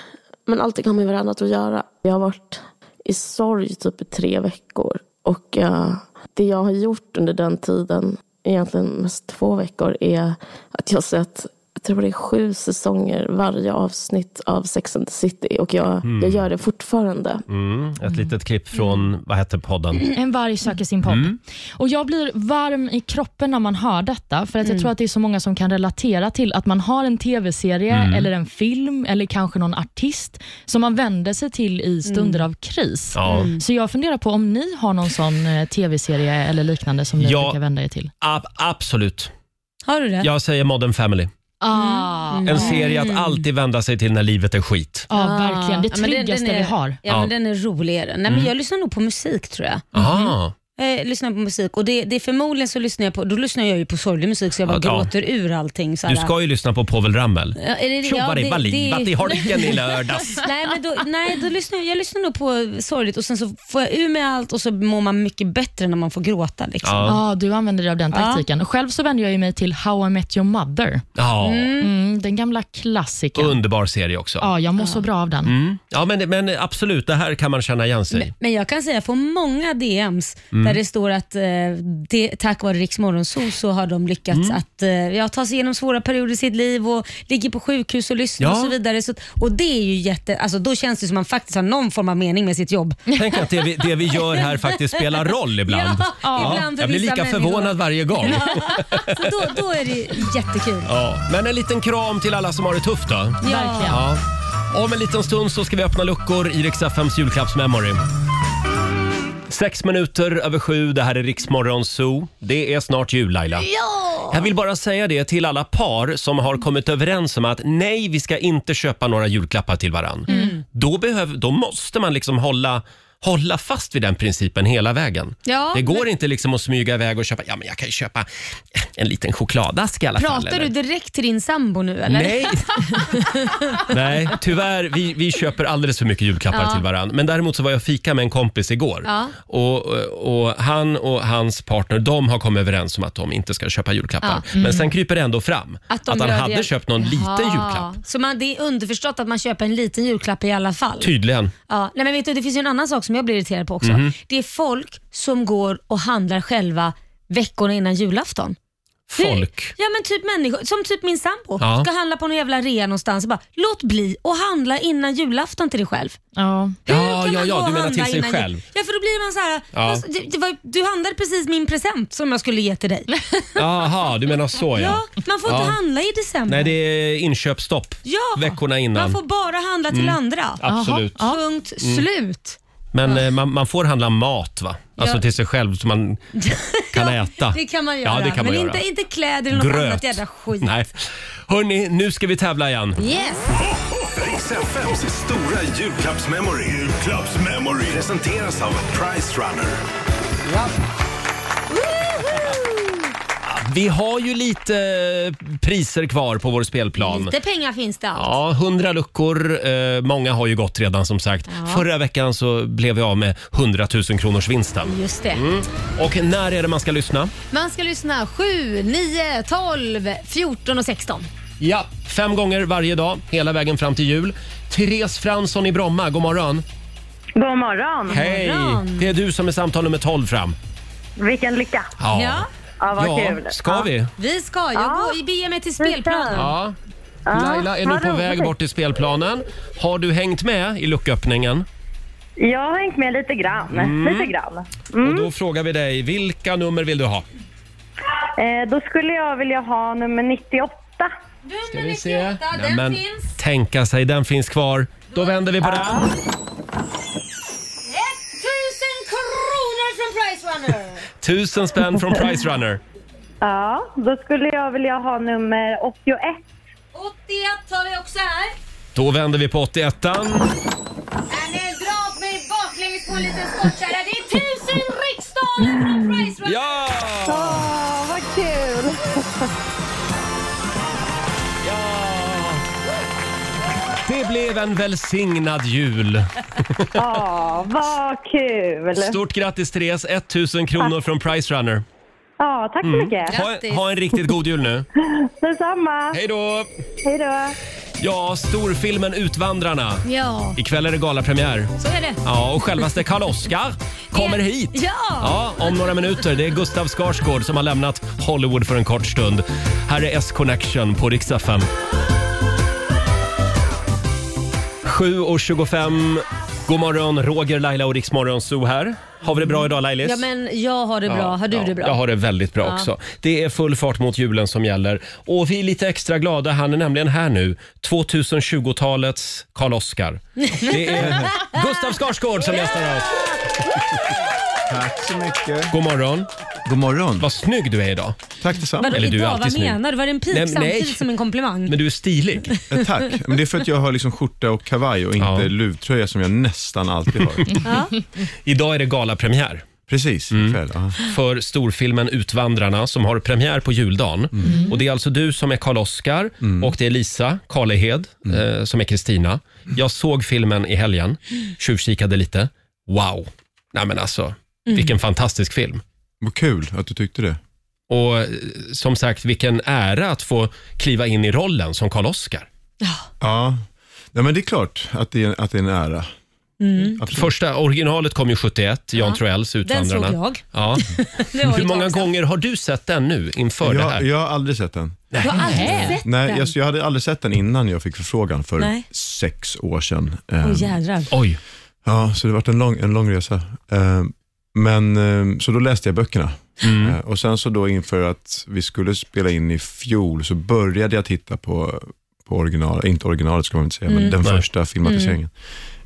S7: men allting har med varandra att göra. Jag har varit i sorg typ i tre veckor. Och eh, det jag har gjort under den tiden, egentligen mest två veckor, är att jag har sett jag tror det är sju säsonger varje avsnitt av Sex and the City och jag,
S1: Mm.
S7: jag gör det fortfarande.
S1: Mm, ett litet klipp från, vad hette podden?
S4: En varg söker sin podd. Och Jag blir varm i kroppen när man hör detta, för att jag tror att det är så många som kan relatera till att man har en tv-serie,
S6: Mm.
S4: eller en film, eller kanske någon artist som man vänder sig till i stunder av kris.
S1: Ja. Mm.
S4: Så jag funderar på om ni har någon sån eh, tv-serie eller liknande som ni
S1: Ja.
S4: brukar vända er till?
S1: Ab- absolut.
S3: Har du det?
S1: Jag säger Modern Family.
S4: Ah,
S1: En serie att alltid vända sig till när livet är skit.
S4: Ja, verkligen. Det
S3: Ah, men den-
S4: tryggaste
S3: den är,
S4: vi har.
S3: Ja, men
S1: Ja.
S3: den är roligare. Nej,
S1: Mm.
S3: men jag lyssnar nog på musik tror jag.
S1: Aha.
S3: Jag lyssnar på musik och det, det är förmodligen så lyssnar jag på, då lyssnar jag ju på sorglig musik så jag bara
S1: Ja, ja.
S3: gråter ur allting. Så
S1: Du
S3: här.
S1: ska ju lyssna på Povel Ramel.
S3: Ja, är det- ja,
S1: Tjovari
S3: det-
S1: balli,
S3: det-
S1: vatt i holken i lördags.
S3: nej, men då, nej då lyssnar jag, jag lyssnar nog på sorgligt och sen så får jag ur med allt och så mår man mycket bättre när man får gråta. Liksom.
S4: Ja. du använder dig av den
S3: Ja.
S4: taktiken. Själv så vänder jag ju mig till How I Met Your Mother.
S1: Ja.
S4: Mm, den gamla klassikern.
S1: Underbar serie också.
S4: Ja, jag mår så bra av den.
S1: Mm. Ja, men, men absolut, det här kan man känna igen sig i.
S3: Men jag kan säga, jag får många DMs
S1: Mm.
S3: där När det står att eh, det, tack vare Rix Morgonzoo så har de lyckats
S1: Mm.
S3: att eh, ja, ta sig igenom svåra perioder i sitt liv och ligger på sjukhus och lyssnar
S1: Ja.
S3: och så vidare. Så, att- och det är ju jätte, alltså, då känns det som man faktiskt har någon form av mening med sitt jobb.
S1: Tänk att det vi, det vi gör här faktiskt spelar roll ibland.
S3: Ja, ibland för
S1: jag blir
S3: vissa
S1: lika
S3: människor.
S1: förvånad varje gång. Ja.
S3: Så då, då är det jättekul.
S1: Men en liten kram till alla som har det tufft då.
S4: Verkligen.
S1: Ja. Om en liten stund så ska vi öppna luckor i Rix FMs julklappsmemory. Sex minuter över sju, det här är Riksmorgon Zoo. Det är snart jul Laila. Jag vill bara säga det till alla par som har kommit överens om att nej, vi ska inte köpa några julklappar till varann.
S3: Mm.
S1: Då, behöv, då måste man liksom hålla, hålla fast vid den principen hela vägen.
S3: Ja,
S1: det går inte liksom att smyga iväg och köpa, ja men jag kan ju köpa en liten chokladask i alla fall.
S3: Pratar
S1: eller?
S3: du direkt till din sambo nu eller?
S1: Nej. Nej, tyvärr. Vi, vi köper alldeles för mycket julklappar till varandra. Men däremot så var jag och fika med en kompis igår.
S3: Ja.
S1: Och, och och Han och hans partner de har kommit överens om att de inte ska köpa julklappar.
S3: Mm.
S1: Men sen kryper det ändå fram att, han
S3: gör
S1: hade
S3: det.
S1: köpt någon liten
S3: Jaha.
S1: julklapp.
S3: Så man, det är underförstått att man köper en liten julklapp i alla fall?
S1: Tydligen.
S3: Ja, nej men vet du, det finns ju en annan sak som jag blir irriterad på också.
S1: Mhm.
S3: Det är folk som går och handlar själva veckorna innan julafton. Det-
S1: Folk.
S3: Ja men typ människor, som typ min sambo.
S1: Ja.
S3: Ska handla på någon jävla rea någonstans och bara, låt bli och handla innan julafton till dig själv.
S4: Ja.
S3: Hur
S1: Ja,
S3: kan
S1: ja,
S3: man
S1: ja,
S3: gå och
S1: du menar
S3: handla
S1: till sig
S3: innan jul?
S1: själv.
S3: Ja, för då blir man så här,
S1: Ja.
S3: fast det, det var, du handlade precis min present som jag skulle ge till dig.
S1: Jaha, du menar så ja.
S3: Ja, man får
S1: Ja.
S3: inte handla i december.
S1: Nej, det är inköpsstopp
S3: ja,
S1: veckorna innan.
S3: Man får bara handla till andra.
S1: Mm. Absolut. Mm.
S4: Ja.
S3: Punkt slut.
S1: Men eh, man, man får handla mat va? Alltså
S3: Ja.
S1: till sig själv så man kan äta.
S3: Det kan man göra,
S1: Ja, det kan man
S3: men
S1: göra.
S3: Inte, inte kläder eller något annat jävla skit.
S1: Nej. Hörni, nu ska vi tävla igen.
S3: Yes.
S8: Riks FMs stora julklappsmemory. Julklappsmemory. Presenteras av Price Runner.
S1: Vi har ju lite eh, priser kvar på vår spelplan.
S3: Lite pengar finns det allt.
S1: Ja, 100 luckor. Eh, många har ju gått redan som sagt. Förra veckan så blev vi av med 100 000 kronors vinsten.
S9: Just det.
S1: Mm. Och när är det man ska lyssna?
S9: Man ska lyssna 7, 9, 12, 14 och 16.
S1: Ja, fem gånger varje dag hela vägen fram till jul. Therese Fransson i Bromma, god morgon.
S5: God morgon.
S1: Hej! Det är du som är samtal nummer 12 fram.
S5: Vilken lycka.
S1: Ja,
S5: Ja, vad kul.
S1: ska
S5: Ja.
S1: vi?
S3: Vi ska. Jag går och beger mig E till spelplanen.
S1: Ja. Laila är nu
S5: vad
S1: på väg
S5: roligt.
S1: bort till spelplanen. Har du hängt med i lucköppningen?
S5: Jag har hängt med lite grann. Lite grann.
S1: Och då frågar vi dig, vilka nummer vill du ha?
S5: Eh, då skulle jag vilja ha nummer 98.
S1: Ska vi se.
S3: den
S1: men,
S3: finns.
S1: Tänka sig, den finns kvar. Då vänder vi på den.
S9: 1000 kronor från Pricerunner!
S1: Tusen spänn från Price Runner.
S5: Ja, då skulle jag vilja ha nummer 81.
S9: 81 har vi också här.
S1: Då vänder vi på 81
S9: Nej, dra åt mig baklänges på en liten skottkärra. Det är 1000 riksdaler från Pricerunner!
S1: Ja!
S5: Åh, vad kul!
S1: Det blev en välsignad jul.
S5: Ja, vad kul!
S1: Stort grattis Therese, 1000 kronor från Price Runner.
S5: Ja, tack så mycket.
S1: Ha, ha en riktigt god jul nu.
S5: Detsamma.
S1: Hej då!
S5: Hej då.
S1: Ja, storfilmen Utvandrarna.
S3: Ja,
S1: Ikväll är det galapremiär.
S3: så är det.
S1: Ja, och självaste Karl-Oskar kommer hit.
S3: Ja.
S1: ja! Om några minuter. Det är Gustav Skarsgård som har lämnat Hollywood för en kort stund. Här är S-Connection på Rix FM. 7.25. God morgon, Roger, Laila och Rix Morgon Zoo här. Har vi det bra idag Lailis?
S3: Ja, men jag har det bra. har du
S1: Ja,
S3: det bra?
S1: Jag har det väldigt bra också. Det är full fart mot julen som gäller. Och vi är lite extra glada. Han är nämligen här nu. 2020-talets Karl Oskar. Det är Gustav Skarsgård som gästar oss.
S10: Tack så mycket.
S1: God morgon.
S10: God morgon.
S1: Vad snygg du är idag.
S10: Tack detsamma.
S3: Vadå
S1: Eller du är
S3: idag?
S1: alltid
S3: Vad
S1: snygg.
S3: menar du? Var det en pik
S1: Nej, men-
S3: samtidigt
S1: nej.
S3: som en komplimang?
S1: Men du är stilig.
S10: Eh, Tack. Men det är för att jag har liksom skjorta och kavaj och inte
S1: Ja.
S10: luvtröja som jag nästan alltid har. Mm.
S1: Idag är det galapremiär
S10: Precis, ikväll. Ja.
S1: för storfilmen Utvandrarna som har premiär på juldagen. Och det är alltså du som är Karl Oskar och det är Lisa Karlehed eh, som är Kristina. Jag såg filmen i helgen, tjuvkikade lite. Wow! Nej men alltså,
S3: Mm.
S1: vilken fantastisk film.
S10: Vad kul att du tyckte det.
S1: Och eh, som sagt, vilken ära att få kliva in i rollen som Karl Oskar.
S10: Ja, ja men det är klart att det är, att det är en ära.
S3: Mm.
S1: Första originalet kom ju 71, Jan
S3: Ja.
S1: Troells
S3: Den
S1: Utvandrarna.
S3: såg jag.
S1: Ja.
S3: Det var
S1: Hur
S3: ett
S1: många
S3: tag sedan.
S1: gånger har du sett den nu inför det
S10: Jag,
S1: här?
S10: jag har aldrig sett den.
S3: Du har aldrig sett
S10: Nej,
S3: den?
S10: jag, jag hade aldrig sett den innan jag fick förfrågan för
S3: Nej.
S10: sex år sedan.
S3: Åh
S10: Ehm,
S3: jädrar.
S1: Oj.
S10: Ja, så det vart en lång, en lång resa. Eh, Men, eh, så då läste jag böckerna. Eh, Och sen så då inför att vi skulle spela in i fjol så började jag titta på, på original, inte originalet ska man inte säga, men
S8: Mm.
S10: den
S8: Nej.
S10: första filmatiseringen.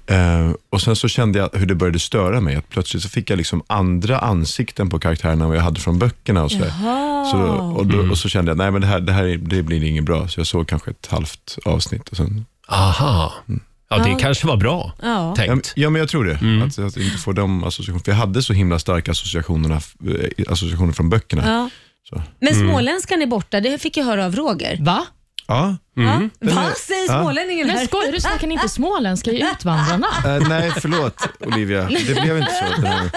S10: Eh, och sen så kände jag hur det började störa mig, att plötsligt så fick jag liksom andra ansikten på karaktärerna än vad jag hade från böckerna. Och så, där.
S3: Jaha.
S10: så, och då, och så kände jag, nej men det här, det här är- det blir inget bra, så jag såg kanske ett halvt avsnitt. Och sen,
S1: Aha. Ja, det kanske var bra.
S3: Ja.
S1: Tänkt.
S10: Ja, men Mm. jag tror det. Att, att inte få de associationerna. För jag hade så himla starka associationerna, eh, associationer från böckerna.
S3: Ja.
S10: Så.
S3: Men
S10: Mm.
S3: småländskan är borta, det fick jag höra av
S1: Mm.
S3: Roger.
S4: Va?
S10: Ja.
S3: Mm.
S10: Den
S3: Va?
S10: är-
S3: Säger
S10: Ja.
S3: smålänningen här.
S4: Men skojar du? Snackar ni inte småländska i Utvandrarna?
S10: Eh, nej, förlåt Olivia. Det blev inte så. Nej,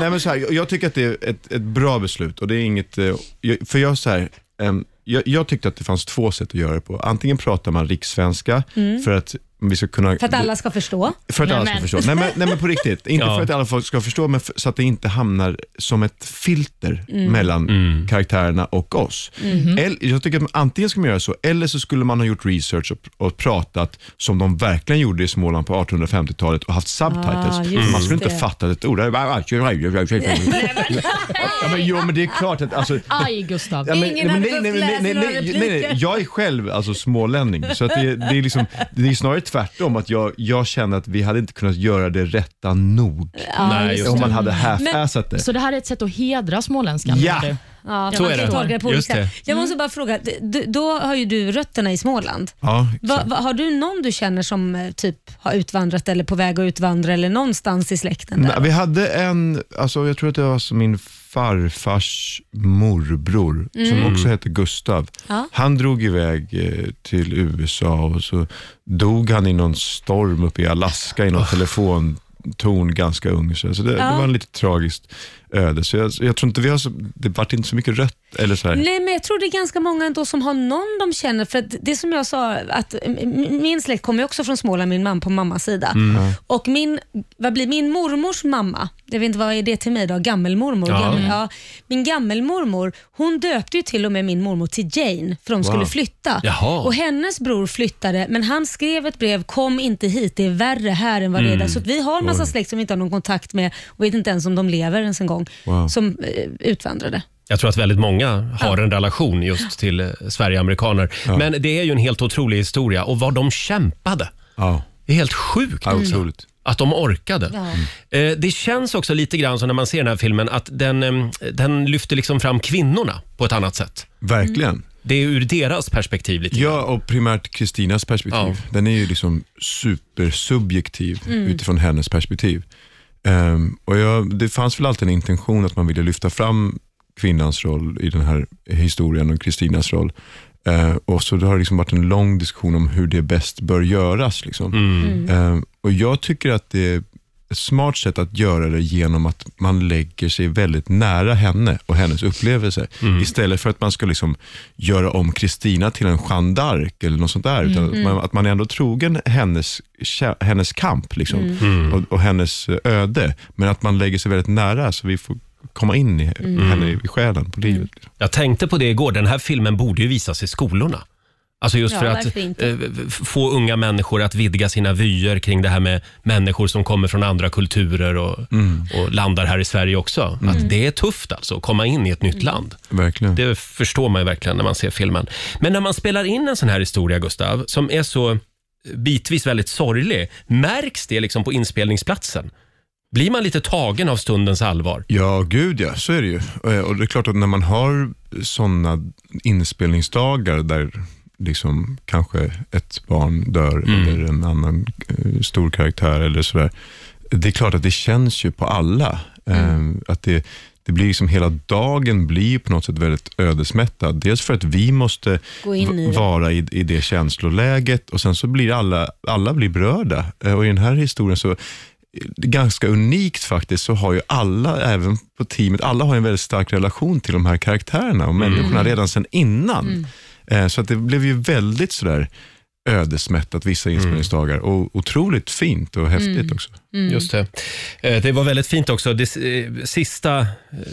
S10: nej, men så här, jag- jag tycker att det är ett, ett bra beslut. Och det är inget, eh, jag- för jag, så här, ehm, jag, jag tyckte att det fanns två sätt att göra det på. Antingen pratar man rikssvenska
S3: Mm.
S10: för att vi ska kunna...
S3: För att alla ska förstå.
S10: För att alla ska förstå. Nej men, nej men på riktigt. Inte
S1: Ja.
S10: för att alla folk ska förstå, men för, så att det inte hamnar som ett filter
S1: Mm.
S10: mellan karaktärerna och oss.
S1: Mhm.
S10: Eller, jag tycker att man, antingen ska man göra så, eller så skulle man ha gjort research och, och pratat som de verkligen gjorde i Småland på 1850-talet och haft subtitles.
S8: Ah, just
S10: man skulle
S8: det.
S10: inte fattat ett ord. ja, men, jo, men det är klart att... Alltså,
S4: Aj, Gustav.
S10: Ja, men- men nej, nej, nej, nej, nej, nej, nej, Jag är själv alltså, smålänning, så att det, det, är liksom, det är snarare tvärtom. att jag, jag känner att vi hade inte kunnat göra det rätta nog
S4: Ja, Nej, just
S10: om
S4: det.
S10: man hade
S4: Men-
S10: half-assat det.
S4: Så det här är ett sätt att hedra småländskan?
S10: Ja.
S4: menar du?
S3: Ja,
S10: Så
S3: man
S10: är
S3: kan
S10: det.
S3: tolka på olika
S10: Just
S3: sätt.
S10: det.
S3: Jag måste bara fråga, d- d- då har ju du rötterna i Småland.
S10: Ja,
S3: Va, va, har du någon du känner som eh, typ har utvandrat eller på väg att utvandra eller någonstans i släkten?
S10: Nej, vi hade en, alltså, jag tror att det var alltså min farfars morbror,
S3: Mm.
S10: som också hette Gustav.
S3: Ja.
S10: Han drog iväg eh, till USA och så dog han i någon storm uppe i Alaska i någon telefontorn ganska ung. Så så det,
S3: Ja.
S10: det var en lite tragiskt öde. Så jag, jag tror inte vi har så, det vart inte så mycket rött. Eller så här.
S3: Nej, men jag tror det är ganska många ändå som har någon de känner. För att det som jag sa, att m- m- min släkt kommer ju också från Småland, min man på mammas sida.
S6: Mm.
S3: Och min, vad blir min mormors mamma, jag vet inte vad är det till mig då, gammelmormor.
S6: Ja.
S3: Gammel,
S6: Mm.
S3: ja, min gammelmormor, hon döpte ju till och med min mormor till Jane för
S6: Wow.
S3: de skulle flytta.
S6: Jaha.
S3: Och hennes bror flyttade, men han skrev ett brev, kom inte hit, det är värre här än vad det är där.
S6: Mm.
S3: Så att vi har en massa
S6: Oj.
S3: släkt som vi inte har någon kontakt med och vet inte ens om de lever ens en gång,
S1: Wow.
S3: som eh, utvandrade.
S1: Jag tror att väldigt många har en relation just till eh, Sverige-amerikaner. Men det är ju en helt otrolig historia och vad de kämpade. Det är helt sjukt
S3: Mm.
S10: Ja, mm.
S1: alltså,
S10: otroligt.
S1: att de orkade.
S3: Ja.
S1: Eh, Det känns också lite grann som när man ser den här filmen att den, eh, den lyfter liksom fram kvinnorna på ett annat sätt.
S10: Verkligen.
S3: Mm.
S1: Det är ur deras perspektiv lite
S10: Ja, och primärt Kristinas perspektiv. Den är ju liksom supersubjektiv
S1: Mm.
S10: utifrån hennes perspektiv. Ehm, och jag, Det fanns väl alltid en intention att man ville lyfta fram kvinnans roll i den här historien och Kristinas roll. Eh, och så det har liksom varit en lång diskussion om hur det bäst bör göras. Liksom.
S8: Mm.
S10: Ehm, och Jag tycker att det är ett smart sätt att göra det genom att man lägger sig väldigt nära henne och hennes upplevelser. Istället för att man ska liksom göra om Kristina till en Jeanne d'Arc eller något sånt där. Utan
S8: Mm.
S10: att, man, att man är ändå trogen hennes, kä- hennes kamp liksom,
S8: Mm. Mm.
S10: och, och hennes eh, öde. Men att man lägger sig väldigt nära så vi får komma in i
S1: Mm.
S10: henne i själen på livet.
S1: Jag tänkte på det igår, den här filmen borde ju visas i skolorna. Alltså just
S3: Ja,
S1: för att
S3: varför inte?
S1: eh, f- få unga människor att vidga sina vyer kring det här med människor som kommer från andra kulturer och, och landar här i Sverige också. Att det är tufft alltså att komma in i ett nytt land.
S10: Verkligen.
S1: Det förstår man ju verkligen när man ser filmen. Men när man spelar in en sån här historia, Gustav, som är så bitvis väldigt sorglig, märks det liksom på inspelningsplatsen? Blir man lite tagen av stundens allvar?
S10: Ja, gud ja, så är det ju. Eh, Och det är klart att när man har sådana inspelningsdagar där liksom kanske ett barn dör eller en annan eh, stor karaktär eller sådär. Det är klart att det känns ju på alla. Eh, Att det, det blir liksom hela dagen blir på något sätt väldigt ödesmättad. Dels för att vi måste
S8: Gå in i
S10: v-
S8: det.
S10: vara i, i det känsloläget och sen så blir alla, alla blir berörda. Eh, Och i den här historien så ganska unikt faktiskt, så har ju alla, även på teamet, alla har en väldigt stark relation till de här karaktärerna och människorna redan sedan innan. Eh, Så att det blev ju väldigt sådär ödesmättat vissa inspelningsdagar. Och otroligt fint och häftigt
S1: Mm.
S10: också.
S1: Mm. Just det. Eh, Det var väldigt fint också. Det eh, sista, eh,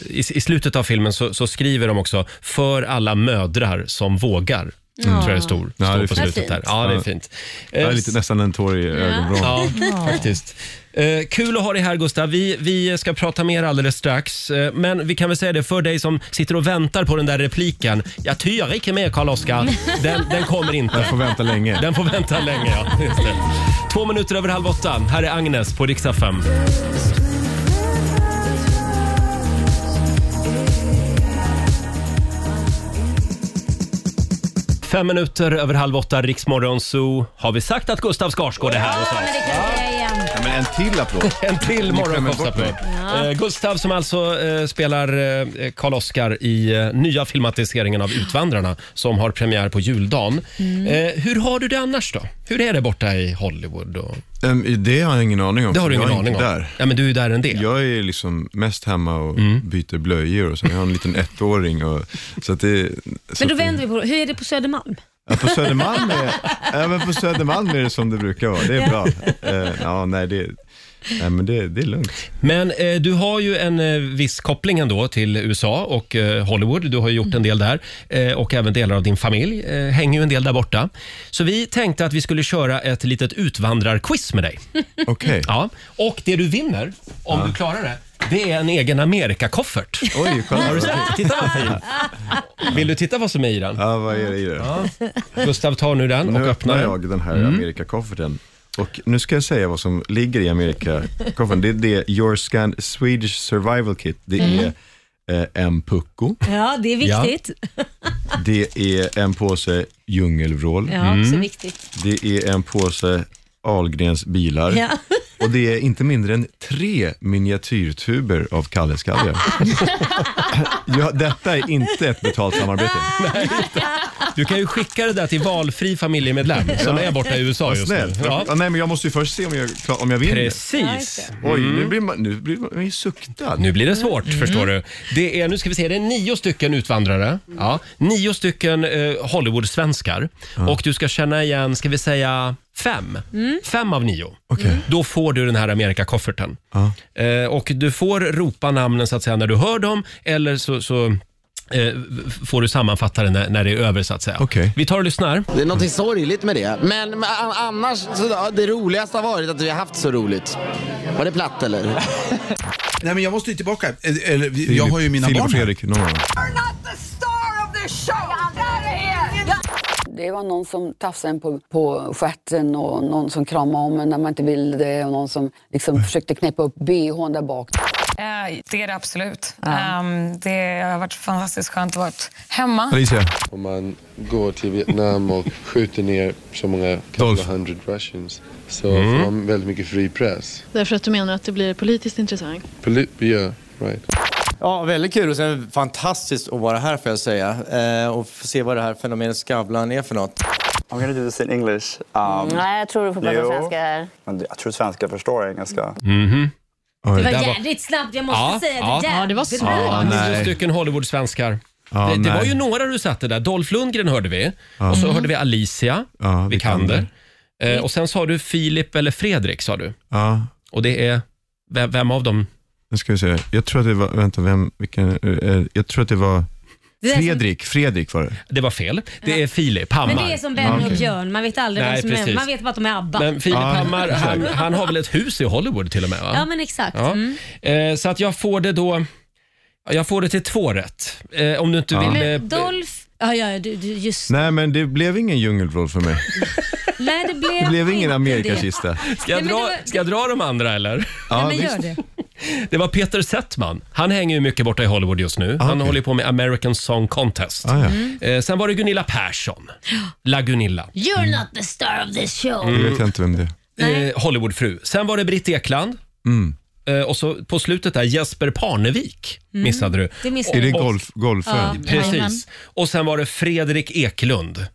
S1: i, i slutet av filmen så, så skriver de också “För alla mödrar som vågar”. Tror jag det stod,
S10: Ja,
S1: stod
S10: det är
S1: på
S10: fint.
S1: slutet där. Ja, det är fint. Eh,
S10: Ja, det är lite nästan en tår i ögonvrån.
S1: Ja,
S10: Ja.
S1: faktiskt. Eh, kul att ha dig här Gustav. Vi, vi ska prata mer alldeles strax. Eh, men vi kan väl säga det för dig som sitter och väntar på den där repliken. Jag tyr inte med Karl-Oskar. Den, den kommer inte. Den får
S10: vänta länge.
S1: Den får vänta länge, ja. Just det. Två minuter över halv åtta. Här är Agnes på riksdag 5. Fem minuter över halv åtta, Riksmorgon Zoo. Har vi sagt att Gustav Skarsgård är här hos oss?
S11: Ja, men en till applåd.
S1: En till
S11: Ni klämmer
S1: morgonshowsapplåd.
S11: bort
S1: Eh, Gustav som alltså eh, spelar eh, Karl-Oskar i eh, nya filmatiseringen av Utvandrarna som har premiär på juldagen.
S10: Mm.
S1: Eh, hur har du det annars då? Hur är det borta i Hollywood? Och...
S10: Ehm, det har jag ingen aning om.
S1: Det har du
S10: för
S1: ingen
S10: jag är
S1: aning
S10: inte
S1: om.
S10: Där.
S1: Ja, men du är där en del.
S10: Jag är liksom mest hemma och
S1: Mm.
S10: byter blöjor och så. Jag har en liten ettåring. Och, så att det, så
S3: Men då
S10: att det-
S3: vänder vi på Hur är det på Södermalm?
S10: Ja, på Södermalm är, ja, men på Södermalm är det som det brukar vara. Det är bra. Eh, ja, nej, det, nej, men det, det är lugnt.
S1: Men eh, du har ju en eh, viss koppling ändå till USA och eh, Hollywood. Du har ju gjort en del där eh, och även delar av din familj eh, hänger ju en del där borta. Så vi tänkte att vi skulle köra ett litet utvandrarquiz med dig.
S10: Okej.
S1: Ja. Och det du vinner, om du klarar det, det är en egen Amerikakoffert.
S10: Oj, kolla.
S1: Har du sett? Titta vad fin. Vill du titta vad som är i den?
S10: Ja, vad är det i den?
S1: Gustav tar nu den
S10: Nu
S1: och öppnar
S10: öppnar
S1: den.
S10: jag den här
S1: Mm.
S10: Amerikakofferten. Och nu ska jag säga vad som ligger i Amerikakofferten. Det är det Your Scan Swedish Survival Kit. Det är eh, en pucko.
S3: Ja, det är viktigt.
S10: Det är en påse djungelvrål.
S3: Ja, också viktigt.
S10: Det är en påse Ahlgrens bilar.
S3: Ja.
S10: Och det är inte mindre än tre miniatyrtuber av Kalles kaviar. ja, detta är inte ett betalt samarbete.
S1: Du kan ju skicka det där till valfri familjemedlem som
S10: Ja.
S1: är borta i USA
S10: Vad
S1: just nu.
S10: snällt.
S1: Ja.
S10: Ja. nej, men jag måste ju först se om jag, klar- om jag vinner.
S1: Precis.
S10: Oj, nu
S1: Mm.
S10: blir man, nu blir man ju suktad.
S1: Nu blir det svårt, förstår du. Det är, nu ska vi se, det är nio stycken utvandrare. Ja, nio stycken eh, Hollywood-svenskar. Och du ska känna igen, ska vi säga, fem. Fem av nio. Mm. Då får du den här Amerikakofferten. Eh, och du får ropa namnen så att säga när du hör dem, eller så, så eh, får du sammanfatta det när, när det är över så att säga. Vi tar och lyssnar.
S11: Det är något sorgligt med det. Men men an- annars, så, ja, det roligaste har varit att vi har haft så roligt. Var det platt eller?
S12: Nej men jag måste ju tillbaka. Eller, eller, vi- jag har ju mina
S10: Filip och
S12: barn här.
S10: Fredrik, någon av dem.
S13: Det var någon som tafsade en på, på stjärten och någon som kramade om en när man inte ville det och någon som liksom försökte knäppa upp bhn där bak.
S14: Eh, Det är det absolut. Ehm, det har varit fantastiskt skönt att vara hemma.
S15: Om man går till Vietnam och skjuter ner så många couple hundred russians så
S16: Mm.
S15: får man väldigt mycket fri press.
S16: Därför att du menar att det blir politiskt intressant?
S15: Poli- yeah, right.
S17: Ja, väldigt kul och sen fantastiskt att vara här får jag säga. Eh, och få se vad det här fenomenet Skavlan är för något. I'm gonna do this in English. Um,
S18: Mm, Nej, jag tror du får prata
S17: Jo.
S18: svenska här.
S17: jag tror svenskar förstår engelska.
S1: Mhm.
S3: Det var
S1: Där var-
S3: jädrigt snabbt, jag måste
S1: Ja,
S3: säga
S1: ja.
S3: det.
S1: Ja, det
S3: var
S1: Ja, nio stycken Hollywood-svenskar. det, det
S10: nej.
S1: var ju några du satte där. Dolph Lundgren hörde vi. Och så
S10: Mhm.
S1: hörde vi Alicia
S10: Ja,
S1: Vikander. Eh, och sen sa du Filip eller Fredrik. sa du.
S10: Ja,
S1: Och det är... Vem, vem av dem?
S10: nu ska vi se. Jag tror att det var, vänta, vem, vilken, eh, jag tror att det var
S3: Det är som-
S10: Fredrik, Fredrik var det.
S1: Det var fel. Det är Filip
S3: Men det är som Benny och Björn, man vet aldrig
S1: Nej,
S3: vem som
S1: precis.
S3: är. Man vet bara att de är ABBA.
S1: Men Filip Hammar, han, han har väl ett hus i Hollywood till och med? Va?
S3: Ja, men exakt.
S1: Ja.
S3: Mm.
S1: Eh, så att jag får det då... Jag får det till två rätt. Eh, om du inte vill... eh,
S3: Men Dolph... Ja, ja, du, du, just...
S10: Nej, men det blev ingen djungelvrål för mig.
S3: Nej, det blev,
S10: Det blev ingen
S3: inte
S10: Amerikakista.
S1: Ska jag, dra, ska jag dra de andra eller?
S3: Ja, men gör det.
S1: Det var Peter Settman. Han hänger ju mycket borta i Hollywood just
S10: Ah,
S1: nu. Han håller ju på med American Song Contest.
S3: Ah, ja. Mm.
S1: eh, sen var det Gunilla Persson. La Gunilla.
S3: You're not the
S1: Mm.
S3: star of this show.
S10: Det vet jag inte vem det är. Mm.
S1: Eh, Hollywoodfru. Sen var det Britt Ekland. Eh, Och så på slutet där, Jesper Parnevik
S3: Mm,
S1: missade du.
S3: det missade Är det jag. golf- golfaren? Ja, jajamän.
S1: Precis. Och sen var det Fredrik Eklund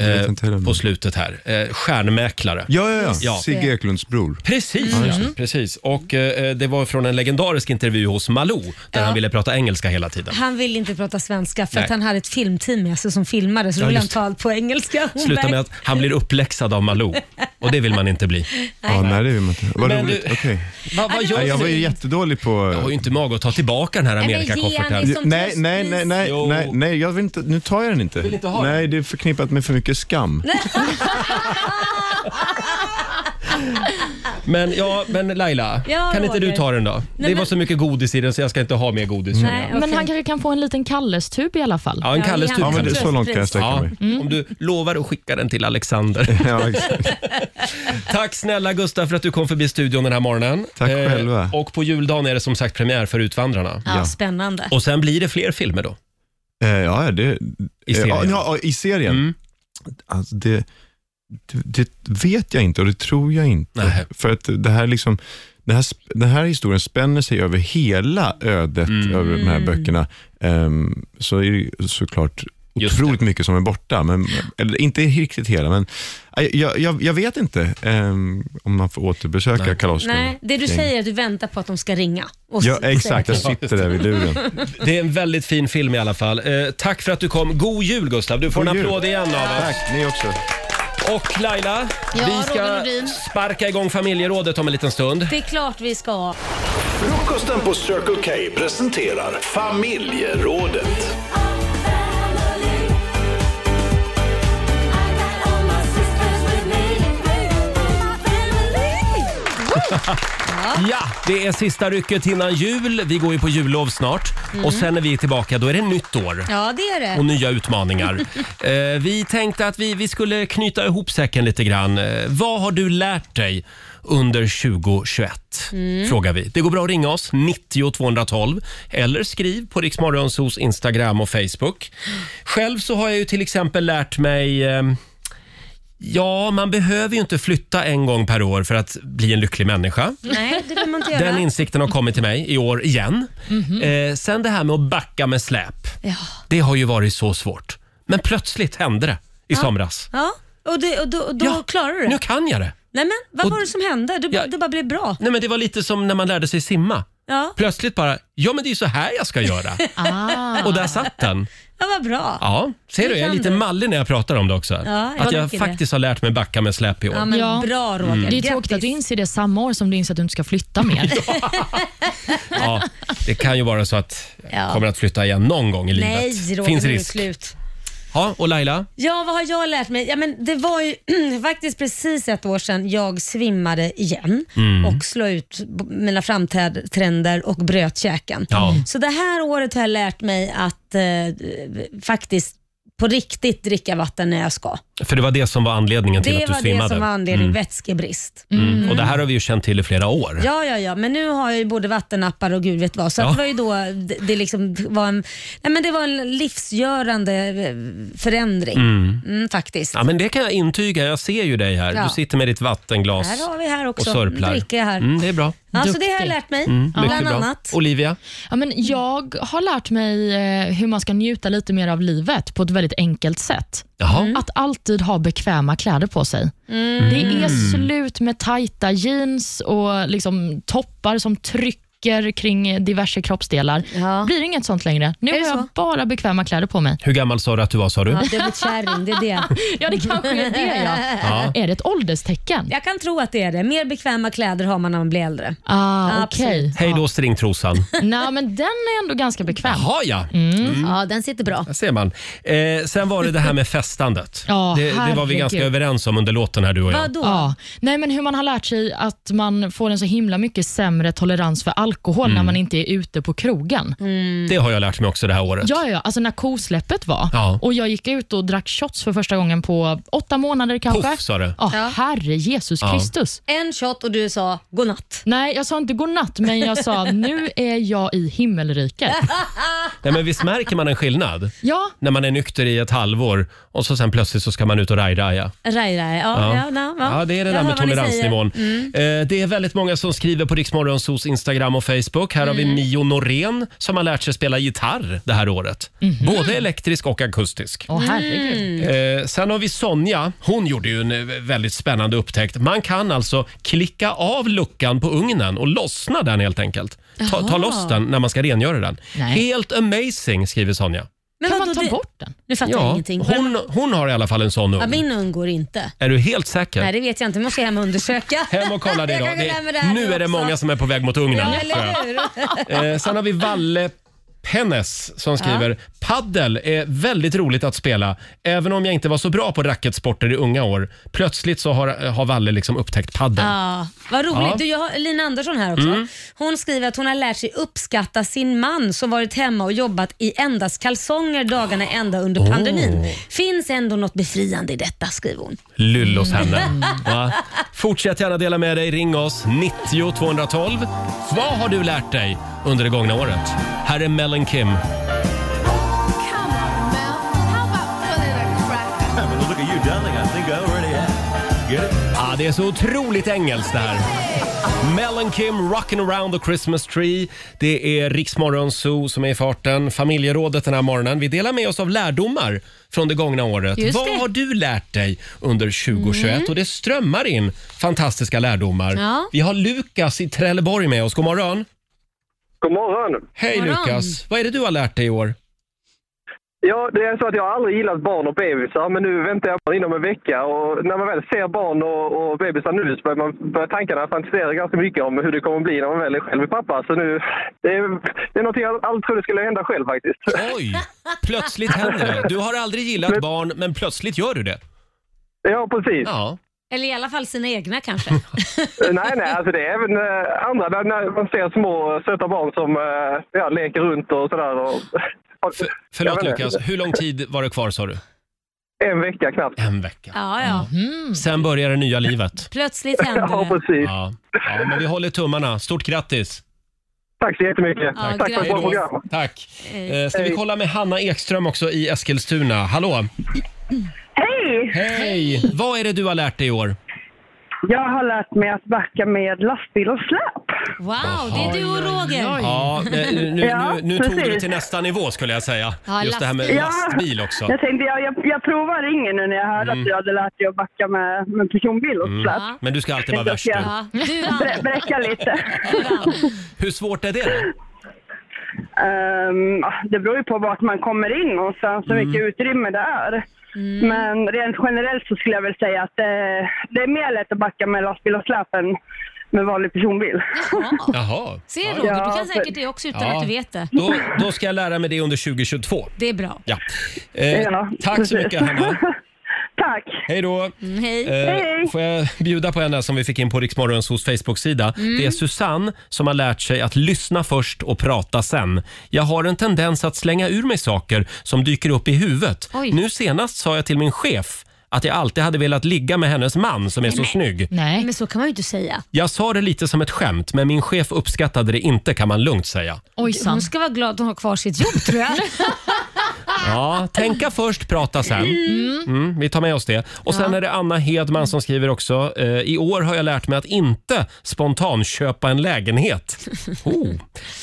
S1: eh, på slutet här. Eh, stjärnmäklare.
S10: Ja, ja, ja. Sigge Eklunds bror.
S1: Precis,
S10: Ja,
S1: ja,
S10: just det.
S1: precis. Och eh, det var från en legendarisk intervju hos Malou där han ville prata engelska hela tiden.
S3: Han vill inte prata svenska för
S1: Nej.
S3: att han hade ett filmteam med sig som filmade så då
S1: Ja,
S3: ville han
S1: just
S3: ta allt på engelska. Hon
S1: Sluta
S3: bara,
S1: med att han blir uppläxad av Malou och det vill man inte bli.
S10: Ja, nej, det vill man inte. Vad
S1: Men
S10: roligt.
S1: du-
S10: Okej.
S1: Va, vad gör
S10: Nej, jag
S1: du?
S10: var ju jättedålig på... Jag
S1: har ju inte mag att ta tillbaka den här
S10: Nej,
S1: Nej,
S10: men
S1: men
S10: ge
S1: Amerikakofferten.
S10: Nej, nej, nej, nej, nej, nej, nej, jag vill inte, nu tar jag den inte.
S1: Vill inte ha
S10: nej, det är förknippat med för mycket skam.
S1: Men, ja, men Laila,
S4: Ja,
S1: kan inte du
S4: Roger.
S1: ta den då? det
S4: Nej, men-
S1: var så mycket godis i den så jag ska inte ha mer godis. känner jag.
S4: Men han kanske kan få en liten Kalles-tub i alla fall.
S1: Ja, en Kalles tub. kan du- Ja,
S4: Mm.
S1: Om du lovar att skicka den till Alexander. Tack snälla Gustav för att du kom förbi studion den här morgonen. Tack
S10: själva.
S1: Och på juldagen är det som sagt premiär för Utvandrarna.
S3: Ja, spännande.
S1: Och sen blir det fler filmer då?
S10: Eh, ja, det...
S1: I serien.
S10: Ja, ja, i serien.
S1: Mm.
S10: Alltså, det, det, det vet jag inte och det tror jag inte. För att det här liksom... Det här, sp- den här historien spänner sig över hela ödet
S1: Mm.
S10: över de här
S3: Mm.
S10: böckerna. Ehm, så är det ju såklart otroligt mycket som är borta. Men, eller inte riktigt hela, men eh, jag, jag, jag vet inte ehm, om man får återbesöka Karl-Oskar.
S3: Nej, det du säger är att du väntar på att de ska ringa. och
S10: Ja,
S3: s-
S10: exakt.
S3: säga
S10: Jag
S3: till.
S10: sitter där vid luren.
S1: Det är en väldigt fin film i alla fall. Eh, tack för att du kom. God jul Gustav. Du får
S10: God
S1: en
S10: jul.
S1: applåd igen av oss.
S10: Tack, ni också.
S1: Och Laila,
S3: Ja,
S1: vi
S3: Roger
S1: ska
S3: Nordin.
S1: sparka igång familjerådet om en liten stund.
S3: Det är klart vi ska.
S8: Frukosten på Circle K presenterar familjerådet.
S1: Ja, det är sista rycket innan jul. Vi går ju på jullov snart.
S3: Mm.
S1: Och sen när vi är tillbaka, då är det nytt år.
S3: Ja, det är det.
S1: Och nya utmaningar. eh, vi tänkte att vi, vi skulle knyta ihop säcken lite grann. Eh, vad har du lärt dig under 2021?
S2: Mm.
S1: Frågar vi. Det går bra att ringa oss, 90 212. Eller skriv på Riksmorgonsos Instagram och Facebook. Själv så har jag ju till exempel lärt mig eh, Ja, man behöver ju inte flytta en gång per år för att bli en lycklig människa.
S3: Nej, det behöver man inte göra.
S1: Den insikten har kommit till mig i år igen.
S3: Mhm.
S1: Eh, sen det här med att backa med släp.
S3: Ja.
S1: Det har ju varit så svårt. Men plötsligt hände det i
S3: Ja.
S1: somras.
S3: ja, och, det, och då, och då klarar du det.
S1: Nu kan jag det.
S3: Nej, men vad
S1: Och-
S3: var det som hände? Det, det bara blev bra.
S1: Nej, men det var lite som när man lärde sig simma.
S3: Ja,
S1: Plötsligt bara, ja men det är ju så här jag ska göra.
S3: Ah.
S1: Och där satt den.
S3: ja vad bra.
S1: Ja, ser du, jag är lite mallig när jag pratar om det också.
S4: Ja, jag
S1: att jag
S4: tycker det.
S1: faktiskt har lärt mig backa med släp i år.
S3: bra
S1: Roger.
S4: Det är ju
S1: Grattis.
S4: tråkigt att du inser det samma år som du inser att du inte ska flytta mer.
S1: Ja, det kan ju vara så att jag
S3: Ja.
S1: kommer att flytta igen någon gång i livet.
S3: Nej, Roger,
S1: Finns
S3: nu är det
S1: risk.
S3: slut.
S1: Ja, och Laila?
S3: Ja, vad har jag lärt mig? Ja, men det var ju faktiskt precis ett år sedan jag svimmade igen
S1: Mm.
S3: och slog ut b- mina framträdanden och bröt käken.
S1: Ja.
S3: Så det här året har jag lärt mig att eh, faktiskt på riktigt dricka vatten när jag ska.
S1: För det var det som var anledningen till
S3: Det
S1: att du
S3: var
S1: svimmade.
S3: det som var anledningen,
S1: Mm.
S3: vätskebrist.
S1: Mm. Och det här har vi ju känt till i flera år.
S3: Ja, ja, ja, men nu har jag ju både vattenappar och gud vet vad. Så
S1: Ja.
S3: att det var ju då det, det liksom var en, nej, men det var en livsgörande eh, förändring
S1: Mm.
S3: Mm, faktiskt.
S1: Ja, men det kan jag intyga. Jag ser ju dig här.
S3: Ja.
S1: Du sitter med ditt vattenglas
S3: Här har vi här också.
S1: och sörplar.
S3: Dricker jag här.
S1: Mm, det är bra.
S3: Ja, så det har jag lärt mig.
S1: Mm, mycket
S4: Bland
S1: bra.
S4: annat.
S1: Olivia?
S4: Ja, men jag har lärt mig eh, hur man ska njuta lite mer av livet på ett väldigt enkelt sätt. Att alltid ha bekväma kläder på sig.
S3: Mm.
S4: Det är
S3: Mm.
S4: slut med tajta jeans och liksom toppar som trycker kring diverse kroppsdelar. Det blir inget sånt längre. Nu har jag bara bekväma kläder på mig.
S1: Hur gammal sa du att du var? Sa du?
S4: Ja,
S3: Du har blivit kärring, det är det.
S4: ja, det kanske är det. Ja.
S1: Ja.
S4: Är det ett ålderstecken?
S3: Jag kan tro att det är det. Mer bekväma kläder har man när man blir äldre.
S4: Ah,
S3: Absolut.
S4: okej.
S1: Hej då stringtrosan.
S4: Nej, men den är ändå ganska bekväm.
S1: Jaha ja.
S4: Mm.
S3: Mm. Ja, den sitter bra.
S1: Där ser man. Eh, sen var det det här med festandet.
S4: Ja,
S1: det, det var vi
S4: herregud.
S1: ganska överens om under låten här du och jag.
S4: Ja. Nej, men hur man har lärt sig att man får en så himla mycket sämre tolerans för alkohol när
S1: Mm.
S4: man inte är ute på krogen.
S1: Det har jag lärt mig också det här året.
S4: Ja, ja, ja. Alltså när kosläppet var
S1: Ja.
S4: och jag gick ut och drack shots för första gången på åtta månader kanske.
S1: Puff, sa du.
S4: Ja, Herre Jesus
S1: Ja.
S4: Kristus.
S3: En shot och du sa godnatt.
S4: Nej, jag sa inte godnatt, men jag sa nu är jag i himmelriket.
S1: Nej, men visst märker man en skillnad?
S4: Ja.
S1: När man är nykter i ett halvår och så sen plötsligt så ska man ut och rajraja.
S3: Rai, rai. Ja, ja. na, va?
S1: Ja, det är det
S3: Jag
S1: där
S3: hör
S1: med
S3: vad ni
S1: toleransnivån.
S3: säger. Mm.
S1: Eh, Det är väldigt många som skriver på Riksmorgonsos Instagram och Facebook. Här har vi
S3: Mm.
S1: Mio Norén som har lärt sig spela gitarr det här året.
S3: Mhm.
S1: Både elektrisk och akustisk.
S3: Mm.
S4: Åh, herregud.
S1: Eh, sen har vi Sonja. Hon gjorde ju en eh, väldigt spännande upptäckt. Man kan alltså klicka av luckan på ugnen och lossna den helt enkelt. Ta, ta
S3: Jaha.
S1: loss den när man ska rengöra den.
S3: Nej.
S1: Helt amazing, skriver Sonja.
S3: Men kan man
S4: ta bort
S3: den? Nu fattar jag
S1: Ja,
S3: ingenting.
S1: hon, hon har i alla fall en sån
S3: ja,
S1: ugn.
S3: min ugn går inte.
S1: Är du helt säker?
S3: Nej, det vet jag inte. Det måste jag hem och undersöka.
S1: Hem och kolla det då.
S3: Jag kan gå hem med det
S1: Det,
S3: här
S1: nu är det
S3: också.
S1: många som är på väg mot ugnen.
S3: Ja,
S1: tror jag.
S3: eller hur?
S1: Eh, sen har vi Valle Pennes som skriver Paddel är väldigt roligt att spela. Även om jag inte var så bra på racketsporter i unga år. Plötsligt så har, har Valle liksom upptäckt paddel.
S3: Ja, vad roligt.
S1: Ja.
S3: Du, jag har Lina Andersson här också.
S1: Mm.
S3: Hon skriver att hon har lärt sig uppskatta sin man som varit hemma och jobbat i endast kalsonger dagarna ända under
S1: Åh.
S3: pandemin. Finns ändå något befriande i detta, skriver hon.
S1: Lyllos henne.
S3: Mm.
S1: Va? Fortsätt gärna dela med dig. Ring oss 90 212. Vad har du lärt dig under det gångna året? Här är Melon Kim. Ah, det är så otroligt engelskt det här. Mel and Kim, Rockin' around the Christmas tree. Det är Riksmorgon Zoo som är i farten. Familjerådet den här morgonen. Vi delar med oss av lärdomar från det gångna året.
S18: Just
S1: Vad
S18: det.
S1: har du lärt dig under 2021?
S18: Mm.
S1: Och det strömmar in fantastiska lärdomar.
S18: Ja.
S1: Vi har Lukas i Trelleborg med oss. God morgon!
S19: God morgon!
S1: Hej
S19: God morgon.
S1: Lukas! Vad är det du har lärt dig i år?
S19: Ja, det är så att jag har aldrig gillat barn och bebisar, men nu väntar jag bara inom en vecka. Och när man väl ser barn och, och bebisar nu så börjar, man, börjar tankarna fantisera ganska mycket om hur det kommer att bli när man väl är själv pappa. Så nu, det är, det är någonting jag aldrig trodde skulle hända själv faktiskt.
S1: Oj! Plötsligt händer det. Du har aldrig gillat barn, men plötsligt gör du det.
S19: Ja, precis.
S1: Ja.
S3: Eller i alla fall sina egna kanske.
S19: nej, nej, alltså det är även eh, andra, när, när man ser små söta barn som eh, ja, leker runt och sådär. Och,
S1: Förlåt
S19: Jag vet inte.
S1: Lukas, hur lång tid var det kvar sa du?
S19: En vecka knappt.
S1: En vecka.
S3: Ja, ja.
S4: Mm.
S1: Sen börjar det nya livet.
S3: Plötsligt händer det.
S19: precis.
S1: Ja. Ja, men vi håller tummarna. Stort grattis!
S19: Tack så jättemycket.
S3: Ja, Tack för ett bra
S1: Hej då.
S3: program.
S1: Tack. Eh, Ska vi kolla med Hanna Ekström också i Eskilstuna. Hallå!
S20: Hej!
S1: Hej! Vad är det du har lärt dig i år?
S20: Jag har lärt mig att backa med lastbil och släp.
S3: Wow, det är du och Roger.
S1: Ja, eh, nu, nu,
S20: Ja,
S1: nu, nu tog du det
S20: precis.
S1: till nästa nivå skulle jag säga.
S20: Ja,
S1: Just det här med
S20: lastbil.
S1: lastbil också.
S20: Jag tänkte, jag, jag, jag provar ringen nu när jag hörde
S1: Mm.
S20: att du hade lärt dig att backa med, med personbil och
S1: Mm.
S20: släp.
S1: Men du ska alltid vara värst du.
S20: du. Brä, bräcka lite.
S1: Hur svårt är det då?
S20: Ehm, det beror ju på vart man kommer in någonstans
S1: Mm.
S20: och hur mycket utrymme det är.
S18: Mm.
S20: Men rent generellt så skulle jag väl säga att det, det är mer lätt att backa med lastbil och släp än med vanlig personbil.
S1: Jaha.
S3: Ser Roger, du kan säkert det också utan
S1: Ja.
S3: att du vet det.
S1: Då, då ska jag lära mig det under 2022.
S3: Det är bra.
S1: Ja. Eh,
S3: Ja,
S1: tack så
S3: precis.
S1: mycket Hanna.
S20: Tack!
S1: Hej då!
S3: Mm, hej.
S1: Eh, får jag bjuda på en där som vi fick in på Riksmorgons hos Facebook-sida.
S18: Mm.
S1: Det är Susanne som har lärt sig att lyssna först och prata sen. Jag har en tendens att slänga ur mig saker som dyker upp i huvudet.
S4: Oj.
S1: Nu senast sa jag till min chef att jag alltid hade velat ligga med hennes man som är så snygg.
S4: Nej.
S3: Men så kan man ju inte säga.
S1: Jag sa det lite som ett skämt, men min chef uppskattade det inte kan man lugnt säga.
S3: Hon ska vara glad att hon har kvar sitt jobb tror jag.
S1: Ja, tänka först, prata sen. Mm, vi tar med oss det. Och Sen är det Anna Hedman som skriver också. Eh, I år har jag lärt mig att inte spontanköpa en lägenhet. Oh,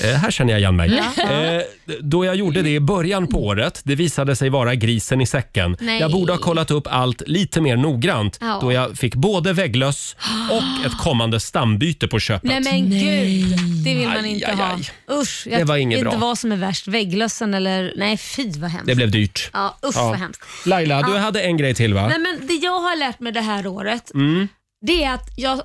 S1: eh, här känner jag igen mig.
S18: Ja.
S1: Eh, då jag gjorde det i början på året, det visade sig vara grisen i säcken.
S18: Nej.
S1: Jag borde ha kollat upp allt lite mer noggrant
S3: Ja.
S1: då jag fick både vägglöss och ett kommande stambyte på köpet.
S3: Nej men gud, det vill man
S1: Aj,
S3: inte
S1: aj,
S3: ha.
S1: aj.
S3: Usch,
S1: Det
S3: jag
S1: var inget
S3: vet inte
S1: bra.
S3: vad som är värst. Vägglössen eller... Nej fy vad hemskt.
S1: Det blev dyrt.
S3: Ja, usch vad hemskt.
S1: Laila, du
S3: Ja.
S1: hade en grej till va?
S3: Nej, men det jag har lärt mig det här året,
S1: Mm.
S3: det är att jag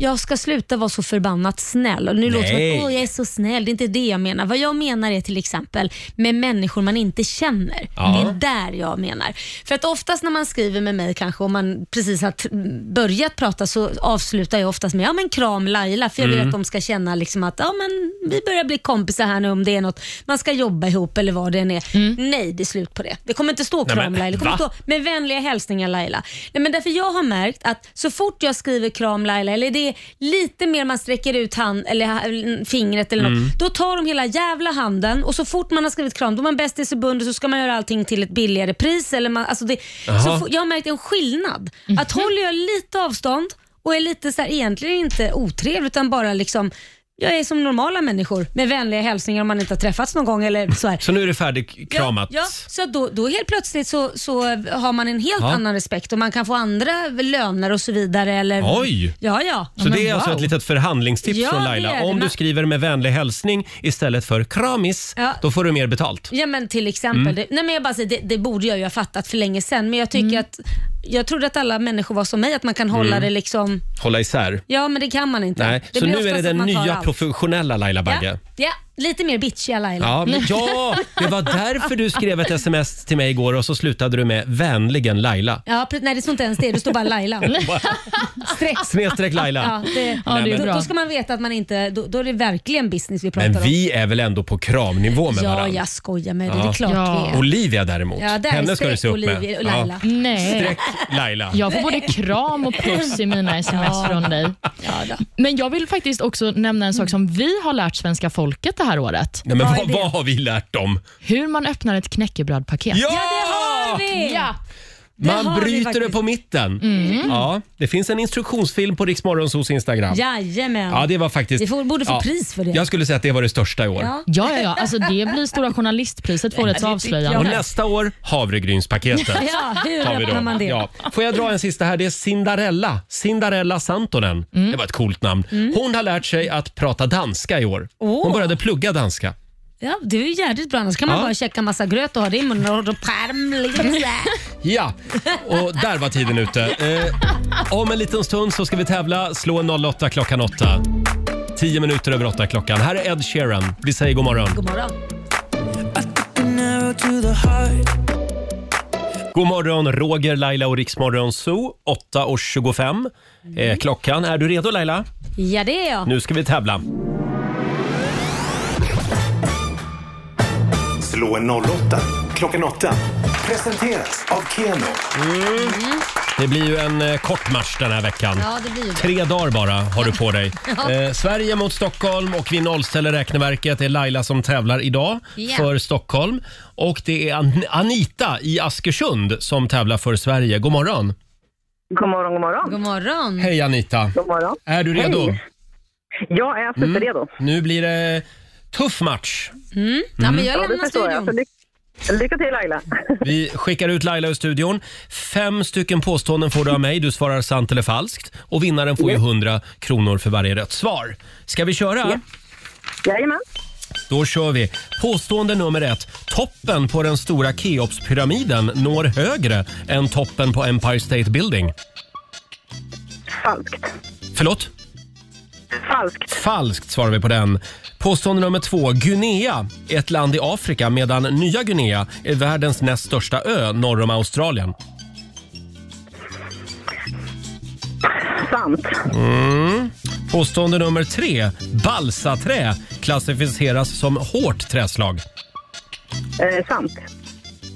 S3: jag ska sluta vara så förbannat snäll. Och nu låter det som
S6: Nej.
S3: att "Åh, jag är så snäll. Det är inte det jag menar. Vad jag menar är till exempel med människor man inte känner.
S6: Ja.
S3: Det är där jag menar. För att oftast när man skriver med mig kanske och man precis har t- börjat prata så avslutar jag oftast med ja men kram Laila för jag vill
S6: Mm.
S3: att de ska känna liksom att ja men vi börjar bli kompisar här nu om det är något man ska jobba ihop eller vad det än är. Nej, det är slut på det. Det kommer inte stå
S6: Nej,
S3: kram
S6: men,
S3: Laila. Det kommer
S6: va?
S3: stå med vänliga hälsningar Laila. Nej, men därför jag har märkt att så fort jag skriver kram Laila, eller det är lite mer man sträcker ut hand, eller ha- eller fingret eller något,
S6: Mm.
S3: då tar de hela jävla handen och så fort man har skrivit kram, då är man bästis i bundet så ska man göra allting till ett billigare pris. Eller man, alltså det,
S6: Jaha.
S3: så fort- jag har märkt en skillnad. Att håller jag lite avstånd och är lite så här, egentligen inte otrevlig utan bara liksom jag är som normala människor med vänliga hälsningar om man inte har träffats någon gång. Eller så här.
S1: Så nu är det färdigkramat.
S3: Ja, ja så då, då helt plötsligt så, så har man en helt
S1: Ja.
S3: annan respekt och man kan få andra löner och så vidare. Eller,
S1: Oj!
S3: Ja, ja.
S1: Så
S3: Men
S1: det är alltså
S3: wow.
S1: ett litet förhandlingstips
S3: Ja,
S1: från
S3: det
S1: Laila.
S3: är det.
S1: Om du
S3: Men-
S1: skriver med vänlig hälsning istället för kramis,
S3: Ja.
S1: då får du mer betalt.
S3: Ja men till exempel.
S1: Mm.
S3: Det, nej, men jag bara säger, det, det borde jag ju ha fattat för länge sedan men jag tycker att jag trodde att alla människor var som mig, att man kan hålla
S1: Mm.
S3: det liksom...
S1: Hålla isär.
S3: Ja, men det kan man inte.
S1: Nej.
S3: Det
S1: Så
S3: blir
S1: nu är det
S3: oftast att
S1: den
S3: man tar
S1: nya
S3: allt.
S1: professionella Laila Bagge.
S3: Ja, ja, lite mer bitchiga Laila.
S1: Ja, men, ja, det var därför du skrev ett sms till mig igår och så slutade du med vänligen Laila.
S3: Ja, pre- nej det står inte ens det, det står bara Laila. Streck.
S1: Snedstreck Laila.
S3: Ja, det,
S1: Nej, men-
S3: då, då ska man veta att man inte, då, då är det verkligen business vi pratar
S1: Men vi
S3: om.
S1: är väl ändå på kramnivå med
S3: ja,
S1: varandra?
S3: jag skojar med dig. Det är klart vi är.
S1: Olivia däremot,
S3: Ja, där är
S1: henne ska du se
S3: streck
S1: upp med.
S3: Olivia och
S1: Ja.
S3: Laila.
S4: Nej.
S1: Streck Laila.
S4: Jag får både kram och puss i mina sms
S1: Ja.
S4: från dig.
S3: Ja,
S4: Men jag vill faktiskt också nämna en
S3: Mm.
S4: sak som vi har lärt svenska folket det här året.
S1: Nej, men vad, vad har vi lärt dem?
S4: Hur man öppnar ett knäckebrödpaket.
S1: Ja! Ja, det har
S3: vi!
S4: Ja. Det har
S1: Man
S4: vi
S1: bryter det
S4: faktiskt.
S1: på mitten.
S4: Mm.
S1: Ja, det finns en instruktionsfilm på Riksmorgonsos Instagram.
S3: Jajamän.
S1: Ja, det var faktiskt...
S3: Vi får, borde få
S1: ja,
S3: pris för det.
S1: Jag skulle säga att det var det största i år.
S4: Ja, ja, ja. Alltså, det blir Stora Journalistpriset för årets
S1: Och
S4: avslöjande.
S1: nästa år, havregrynspaketet.
S4: Ja, hur
S1: Tar vi då.
S4: öppnar man det?
S1: Ja. Får jag dra en sista här? Det är Cinderella. Cinderella Santonen.
S4: Mm.
S1: Det var ett coolt namn. Hon har lärt sig att prata danska i år. Hon
S3: Åh.
S1: började plugga danska.
S3: Ja, det är ju jädrigt bra. Annars kan man
S1: Ja.
S3: bara käka massa gröt och ha det i munnen. Och då pärm, liksom sådär.
S1: Ja, och där var tiden ute. Eh, om en liten stund så ska vi tävla. Slå en 08 klockan 8. 10 minuter över 8 klockan. Här är Ed Sheeran. Vi säger god morgon.
S3: God morgon.
S1: God morgon, Roger, Laila och Riksmorgon Zoo. 8.25 eh, klockan. Är du redo Laila?
S3: Ja, det är jag.
S1: Nu ska vi tävla.
S8: Slå en 08 klockan 8. Presenteras av Keno.
S1: Det blir ju en eh, kort match den här veckan.
S8: Ja, det blir det.
S1: Tre dagar bara har du på dig.
S8: Ja.
S1: Eh, Sverige mot Stockholm och vi nollställer räkneverket. Det är Laila som tävlar idag
S8: Ja.
S1: för Stockholm. Och det är An- Anita i Askersund som tävlar för Sverige. God morgon!
S20: God morgon, god morgon.
S3: God morgon.
S1: Hej Anita!
S20: God morgon.
S1: Är du redo?
S20: Hej. Jag är superredo.
S1: Nu blir det tuff match.
S3: Mm.
S1: Ja, men jag
S20: det
S3: lämnar
S20: förstår jag.
S3: studion.
S20: Så ly- lycka till Laila.
S1: Vi skickar ut Laila ur studion. Fem stycken påståenden får du av mig. Du svarar sant eller falskt. Och vinnaren får ju 100 kronor för varje rätt svar. Ska vi köra?
S20: Jajamän.
S1: Då kör vi. Påstående nummer ett. Toppen på den stora Keopspyramiden når högre än toppen på Empire State Building.
S20: Falskt.
S1: Förlåt?
S20: Falskt.
S1: Falskt svarar vi på den. Påstående nummer två. Guinea är ett land i Afrika medan Nya Guinea är världens näst största ö norr om Australien.
S20: Sant.
S1: Mm. Påstående nummer tre. Balsaträ klassificeras som hårt träslag.
S20: Eh, sant.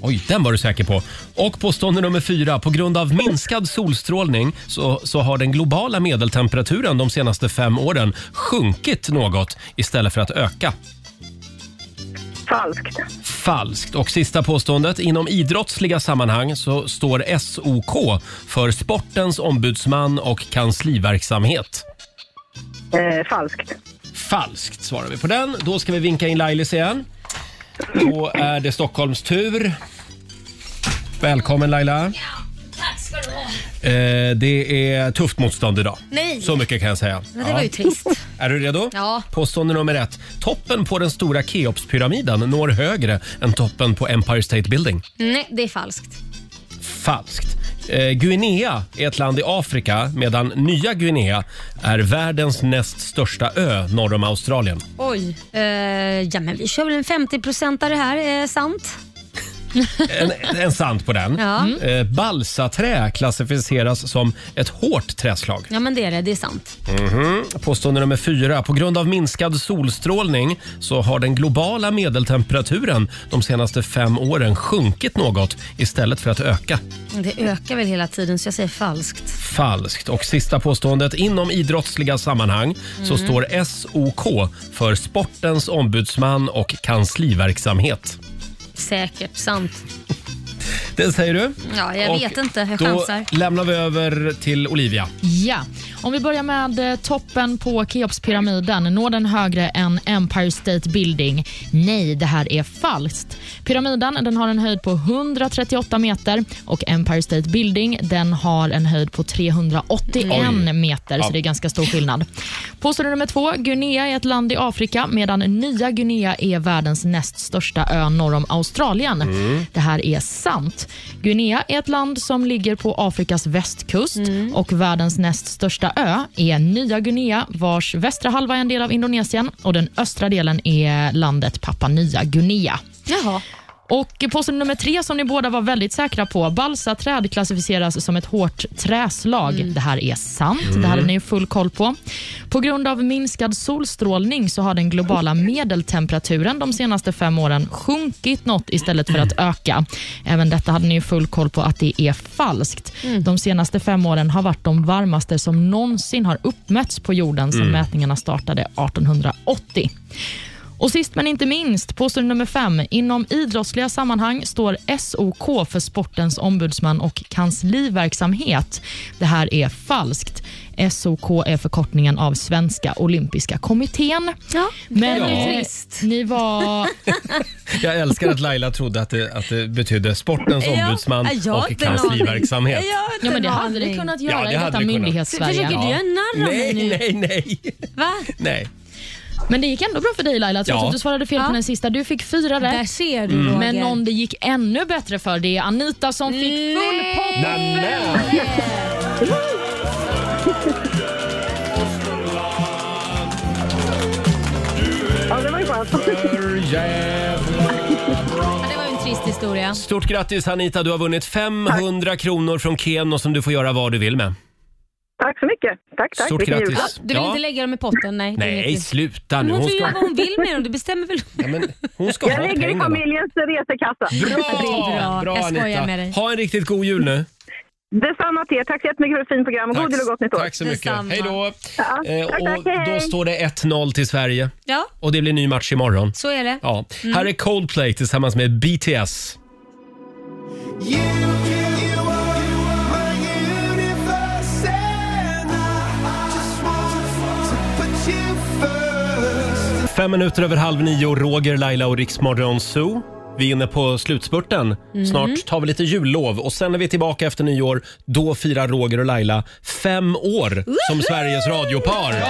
S1: Oj, den var du säker på. Och påstående nummer fyra. På grund av minskad solstrålning så, så har den globala medeltemperaturen de senaste fem åren sjunkit något istället för att öka.
S20: Falskt.
S1: Falskt. Och sista påståendet. Inom idrottsliga sammanhang så står SOK för Sportens ombudsman och kansliverksamhet.
S20: Eh, falskt.
S1: Falskt svarar vi på den. Då ska vi vinka in Lailis igen. Då är det Stockholms tur. Välkommen Laila.
S3: Tack ska du ha.
S1: Eh, det är tufft motstånd idag.
S3: Nej.
S1: Så mycket kan jag säga.
S3: Men det var ju
S1: Ja.
S3: trist.
S1: Är du redo?
S3: Ja.
S1: Påstående nummer ett. Toppen på den stora Keopspyramiden når högre än toppen på Empire State Building.
S3: Nej, det är falskt.
S1: Falskt. Eh, Guinea är ett land i Afrika medan Nya Guinea är världens näst största ö norr om Australien.
S3: Oj. Eh, ja, men vi kör väl en 50-procentare här, eh, sant?
S1: En, en sant på den.
S3: Ja.
S1: Eh, balsaträ klassificeras som ett hårt träslag.
S3: Ja, men det är det. Det är sant.
S1: Mhm. Påstående nummer fyra. På grund av minskad solstrålning så har den globala medeltemperaturen de senaste fem åren sjunkit något istället för att öka.
S3: Det ökar väl hela tiden, så jag säger falskt.
S1: Falskt. Och sista påståendet. Inom idrottsliga sammanhang så
S3: Mm.
S1: står SOK för Sportens ombudsman och kansliverksamhet.
S3: Säkert sant.
S1: Det säger du?
S3: Ja, jag
S1: Och
S3: vet inte. Jag
S1: Då
S3: chansar.
S1: lämnar vi över till Olivia.
S4: Ja, om vi börjar med eh, toppen på Keopspyramiden. Når den högre än Empire State Building? Nej, det här är falskt. Pyramiden den har en höjd på 138 meter och Empire State Building den har en höjd på 381
S6: Oj.
S4: meter,
S6: Ja.
S4: så det är ganska stor skillnad. Påstående nummer två. Guinea är ett land i Afrika medan Nya Guinea är världens näst största ö norr om Australien.
S6: Mm.
S4: Det här är sant. Guinea är ett land som ligger på Afrikas västkust och världens näst största ö är Nya Guinea vars västra halva är en del av Indonesien och den östra delen är landet Papua Nya Guinea.
S3: Jaha.
S4: Och påstående nummer tre som ni båda var väldigt säkra på. Balsaträd klassificeras som ett hårt träslag. Det här är sant. Det hade
S6: Mm.
S4: ni ju full koll på. På grund av minskad solstrålning så har den globala medeltemperaturen de senaste fem åren sjunkit något istället för att öka. Även detta hade ni ju full koll på att det är falskt.
S6: Mm.
S4: De senaste fem åren har varit de varmaste som någonsin har uppmätts på jorden sedan
S6: Mm.
S4: mätningarna startade 1880. Och sist men inte minst, påstående nummer fem. Inom idrottsliga sammanhang står SOK för sportens ombudsman och kansliverksamhet. Det här är falskt. SOK är förkortningen av Svenska Olympiska Kommittén. men
S1: det är
S4: eh, ni var...
S1: Jag älskar att Laila trodde att det, att det betydde Sportens
S4: Ja,
S1: ombudsman
S4: jag har
S1: och
S4: inte en aning.
S1: kansliverksamhet.
S4: Jag har inte Ja, men det en hade ni aning. kunnat göra i
S1: hade
S4: detta
S1: vi kunnat.
S4: myndighets-Sverige. Försöker du göra narr av
S1: nej,
S4: mig nu?
S1: Nej, nej,
S3: Va?
S1: nej.
S4: Men det gick ändå bra för dig Laila, trots
S1: Ja.
S4: att du svarade fel på den sista. Du fick fyra rätt. Där ser
S1: du, Mm.
S4: Men
S1: Roger.
S4: någon det gick ännu bättre för, det är Anita som fick full pott.
S20: Ja, det var ju skönt.
S3: det var ju en trist historia.
S1: Stort grattis Anita, du har vunnit 500 kronor från Ken och som du får göra vad du vill med.
S20: Tack så mycket. Tack, tack.
S1: Stort
S20: Vilken
S1: grattis.
S20: julklapp.
S3: Ja, du vill
S1: Ja.
S3: inte lägga dem i potten? Nej. det är
S1: Nej,
S3: riktigt.
S1: sluta
S3: Men
S1: nu.
S3: hon
S1: Hon
S3: får
S1: ska,
S3: göra vad hon vill med dem. Det bestämmer väl
S1: ja, men, hon ska
S20: Jag
S1: ha
S20: lägger i
S1: pengarna.
S20: familjens resekassa.
S1: Bra!
S20: Det är bra.
S1: Bra Anita. Ha en riktigt god jul nu.
S20: Detsamma till er. Tack så jättemycket för ett fint program. God
S1: Tack-
S20: jul och gott nytt år.
S1: tack så mycket. Detsamma. Hej då.
S20: Ja,
S1: Eh,
S20: tack, tack,
S1: och
S20: hej.
S1: då står det 1-0 till Sverige.
S3: Ja.
S1: Och det blir ny match imorgon.
S3: Så är det.
S1: Ja.
S3: Mm.
S1: Här är Coldplay tillsammans med BTS. Fem minuter över halv nio, Roger, Laila och Riksmorgon Zoo. Vi är inne på slutspurten.
S3: Mhm.
S6: Mm.
S1: Snart tar vi lite jullov och sen när vi är tillbaka efter nyår, då firar Roger och Laila fem år som Sveriges radiopar.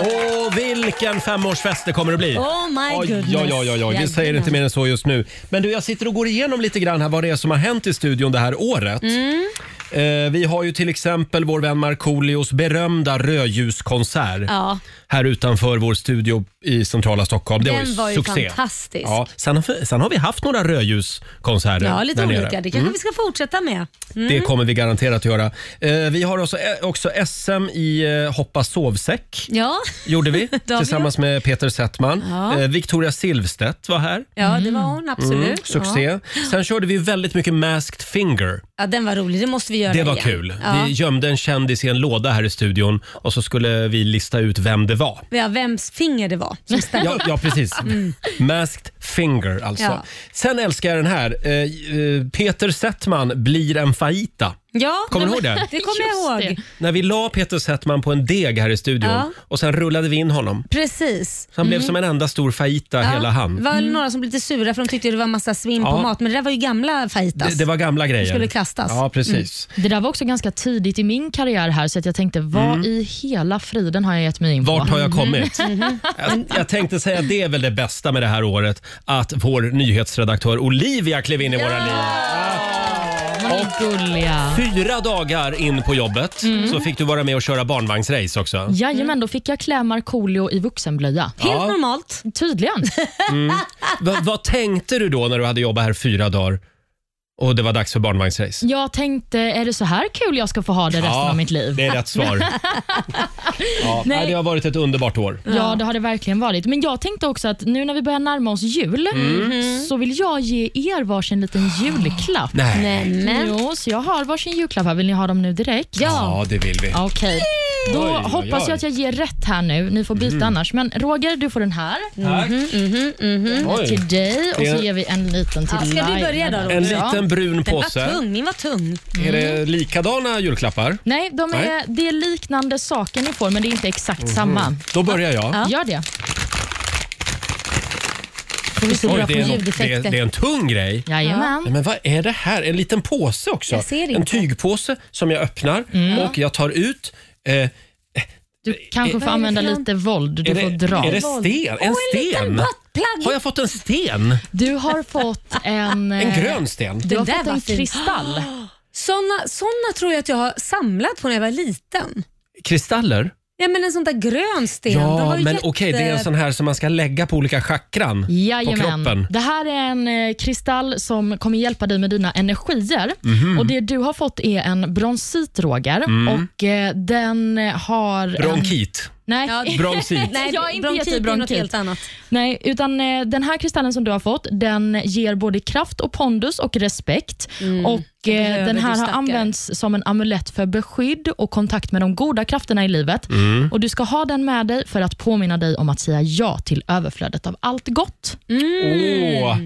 S1: Och vilken femårsfest det kommer att bli!
S3: Oh my
S1: Oj,
S3: goodness.
S1: ja, ja, ja, ja. Vi säger inte mer än så just nu. Men du, jag sitter och går igenom lite grann här vad det är som har hänt i studion det här året.
S3: Mm.
S1: Eh, vi har ju till exempel vår vän Markoolios berömda rödljuskonsert
S3: Ja.
S1: här utanför vår studio i centrala Stockholm. Det
S3: Den
S1: var ju
S3: var ju
S1: succé.
S3: fantastisk.
S1: Ja, sen, har- sen har vi haft några rödljuskonserter
S3: Ja, lite
S1: där nere.
S3: olika. Det kanske
S1: Mm.
S3: vi ska fortsätta med. Mm.
S1: Det kommer vi garanterat att göra. Eh, vi har också, eh, också SM i eh, hoppa sovsäck.
S3: Ja,
S1: Gjorde vi
S3: vi
S1: tillsammans med Peter Settman.
S3: Ja.
S1: Eh, Victoria Silvstedt var här.
S3: ja det var hon absolut.
S1: Mm, succé.
S3: Ja.
S1: Sen körde vi väldigt mycket Masked Finger.
S3: ja, den var rolig. Det måste vi göra
S1: Det var
S3: igen.
S1: kul.
S3: Ja.
S1: Vi gömde en kändis i en låda här i studion och så skulle vi lista ut vem det var.
S3: Ja, vems finger det var som stack
S1: Ja,
S3: upp.
S1: ja precis.
S3: Mm.
S1: Masked Finger alltså.
S3: Ja.
S1: Sen älskar jag den här. Eh, eh, Peter Settman blir en fajita.
S3: Ja,
S1: Kommer du
S3: men-
S1: ihåg det?
S3: Det kommer jag ihåg.
S1: När vi la Peter Settman på en deg här i studion
S3: Ja.
S1: och sen rullade vi in honom.
S3: Precis.
S1: Så han blev
S3: Mm.
S1: som en enda stor fajita
S3: Ja,
S1: hela han.
S3: Det var några som blev lite sura för de tyckte det var massa svinn
S1: Ja.
S3: på mat, men det där var ju gamla fajitas.
S1: Det, det var gamla grejer.
S3: skulle kastas. Mm.
S1: Ja, precis.
S4: Det där var också ganska tidigt i min karriär här, så att jag tänkte, vad
S1: Mm.
S4: i hela friden har jag gett mig in på?
S1: Vart har
S3: Mm.
S1: jag kommit?
S4: Mhm.
S1: Jag, jag tänkte säga att det är väl det bästa med det här året, att vår nyhetsredaktör Olivia klev in i våra liv.
S4: Man är gulliga.
S1: Fyra dagar in på jobbet
S4: Mm.
S1: så fick du vara med och köra barnvagnsrace också.
S4: Jajamän, då fick jag klä Markoolio i vuxenblöja.
S1: Helt Ja.
S4: normalt. Tydligen.
S1: Mm. Va, vad tänkte du då när du hade jobbat här fyra dagar och det var dags för barnvagnsrace?
S4: Jag tänkte, är det så här kul jag ska få ha det Mm. resten
S1: Ja,
S4: av mitt liv?
S1: det är rätt svar. Ja,
S4: Nej.
S1: nej. Det har varit ett underbart år.
S4: Ja, det har det verkligen varit. Men jag tänkte också att nu när vi börjar närma oss jul
S1: Mm.
S4: så vill jag ge er varsin liten julklapp.
S1: Nej. Nämen.
S4: Jo, så jag har varsin julklapp här. Vill ni ha dem nu direkt?
S1: Ja, det vill vi.
S4: Okej. Då
S1: Oj, oj, oj.
S4: hoppas jag att jag ger rätt här nu. Ni får byta
S1: Mm.
S4: annars. Men Roger, du får den här.
S1: Tack.
S4: Den är
S1: Oj.
S4: Mhm, till dig och
S1: Det är-
S4: så ger vi en liten till
S3: Ja, ska du
S4: Laila
S3: börja då,
S4: där.
S3: Roger?
S1: En liten brun
S4: Den var
S1: påse.
S4: tung. Mm.
S3: Ung, Ni var tung.
S1: Är det likadana julklappar?
S4: Nej, de är,
S1: Nej.
S4: det är liknande saker ni får, men det är inte exakt samma.
S1: Mhm. Då börjar jag.
S4: Gör det.
S1: Oj, det, är en, det, är, det är en tung grej.
S4: Jajamän.
S1: Nej, Men vad är det här? En liten påse också.
S4: Jag ser
S1: En
S4: inte. Mm.
S1: tygpåse som jag öppnar och jag tar ut. Eh,
S4: Du kanske
S1: Vad är
S4: får
S1: det
S4: använda
S1: för någon-
S4: lite våld. Du
S1: är,
S4: får
S1: det,
S4: dra.
S1: är det sten? En sten? Har jag fått en sten?
S4: Du har fått
S1: En
S4: en... eh,
S1: grön sten?
S4: Du har fått en kristall.
S3: Såna, såna tror jag att jag har samlat på när jag var liten.
S1: Kristaller?
S3: Ja, men en sån där grön sten. Den var
S1: Ja,
S3: ju
S1: men
S3: jätte-
S1: okej, det är
S3: eh,
S1: en sån här som man ska lägga på olika chakran på
S4: Jajamän.
S1: kroppen.
S4: Det här är en eh, kristall som kommer hjälpa dig med dina energier.
S1: Mhm.
S4: Och Det du har fått är en bronsit, Roger.
S1: Mm.
S4: Och, eh, den har... en-
S1: Bronkit.
S4: Nej.
S1: Bronsit.
S4: Nej, jag har inte
S3: bronkit
S4: gett dig
S3: är något
S4: bronkit.
S3: helt annat.
S4: Nej, utan eh, den här kristallen som du har fått, den ger både kraft och pondus och respekt. Och eh,
S3: behöver
S4: Den
S3: Mm. du,
S4: här har
S3: stackare.
S4: använts som en amulett för beskydd och kontakt med de goda krafterna i livet.
S1: Mm.
S4: Och Du ska ha den med dig för att påminna dig om att säga ja till överflödet av allt gott.
S1: Åh.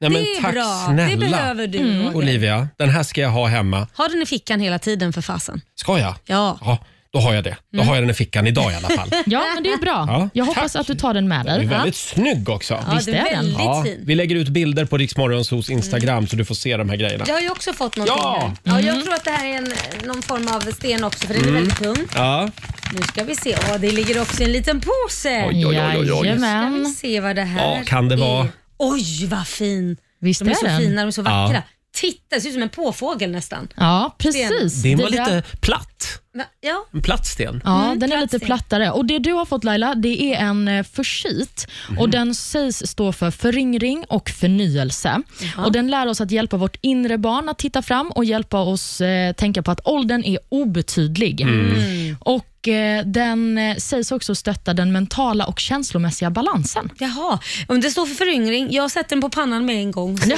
S1: Nej, men
S3: Det är
S1: tack
S3: bra. Det
S1: snälla.
S3: behöver du, Mm. Roger.
S1: Olivia, den här ska jag ha hemma.
S3: Har den i fickan hela tiden för fasen.
S1: Ska jag?
S3: Ja.
S1: Ja, då har jag det. Då har jag den i fickan idag i alla fall.
S4: Ja, men det är bra.
S1: Ja.
S4: Jag hoppas att du tar den med
S1: Den är
S4: dig.
S1: väldigt snygg också.
S4: Ja, Visst den är är den? väldigt fin.
S1: vi lägger ut bilder på Riksmorgonsos Instagram så du får se de här grejerna.
S3: Jag har ju också fått någonting
S1: Ja.
S4: Mm.
S3: här. Ja, jag tror att det här är en, någon form av sten också för den är
S1: Mm.
S3: väldigt tung.
S1: Ja.
S3: Nu ska vi se. Åh, det ligger också i en liten påse.
S1: Oj, oj, oj, oj, oj.
S3: Jajamän.
S1: Jajamän.
S3: Nu ska vi se vad det här
S1: ja, kan det vara...
S3: är. Oj, vad fin.
S4: Visst
S3: de är,
S4: är
S3: så
S4: den?
S3: fina, de är så
S1: Ja.
S3: vackra. Titta, det ser ut som en påfågel nästan.
S4: Ja, precis.
S1: Den
S4: Det
S1: var
S4: där-
S1: lite platt.
S3: Va- Ja.
S1: En platt sten.
S4: Ja,
S3: Mm,
S4: den är lite plattare. Och Det du har fått Laila, det är en eh, försit.
S3: Mhm.
S4: Och Den sägs stå för föryngring och förnyelse. Och Den lär oss att hjälpa vårt inre barn att titta fram och hjälpa oss eh, tänka på att åldern är obetydlig.
S6: Mm.
S4: Och eh, Den eh, sägs också stötta den mentala och känslomässiga balansen.
S3: Jaha, om det står för föryngring. Jag sätter den på pannan med en gång. Så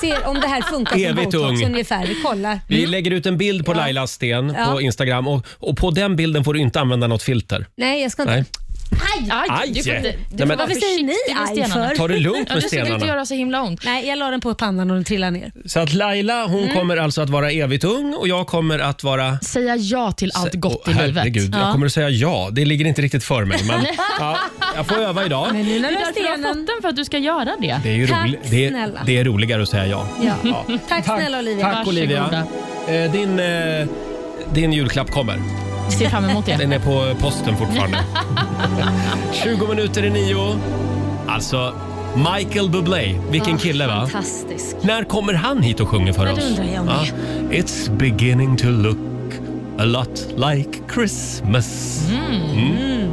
S3: ser om det här funkar som
S1: Evigt
S3: botox
S1: ung.
S3: ungefär. Vi kollar.
S1: Vi
S4: Mm.
S1: lägger ut en bild på Lailas sten
S3: Ja.
S1: på Instagram och, och på den bilden får du inte använda något filter.
S3: Nej, jag ska inte.
S1: Nej.
S3: Aj!
S1: Aj!
S4: du får inte- du
S1: Nej,
S4: får
S1: men-
S4: vara
S3: Varför säger ni
S4: försiktig med
S3: aj
S4: stenarna.
S3: för?
S1: Ta det lugnt med
S4: Ja, det skulle
S1: stenarna.
S4: inte göra så himla ont.
S3: Nej, jag la den på pannan och den trillade ner.
S1: Så att Laila hon
S4: Mm.
S1: kommer alltså att vara evigt ung och jag kommer att vara...
S4: Säga ja till allt gott i livet.
S1: Herregud, jag
S4: Ja.
S1: kommer att säga ja. Det ligger inte riktigt för mig. Men,
S4: Nej.
S1: ja, jag får öva idag.
S4: det är därför jag har fått den, för att du ska göra det.
S1: Det är, ju
S4: Tack,
S1: rolig, det, är,
S4: snälla.
S1: det är roligare att säga ja.
S3: Ja.
S1: Ja.
S3: Tack snälla Olivia.
S1: Tack Olivia. Eh, din, eh, din julklapp kommer.
S4: Ser fram emot det.
S1: Den är på posten fortfarande. 20 minuter i nio. Alltså, Michael Bublé. Vilken
S3: Ah,
S1: kille va?
S3: Fantastisk.
S1: När kommer han hit och sjunger för
S3: Ja, det
S1: oss?
S3: undrar jag med.
S1: It's beginning to look a lot like Christmas. Mm.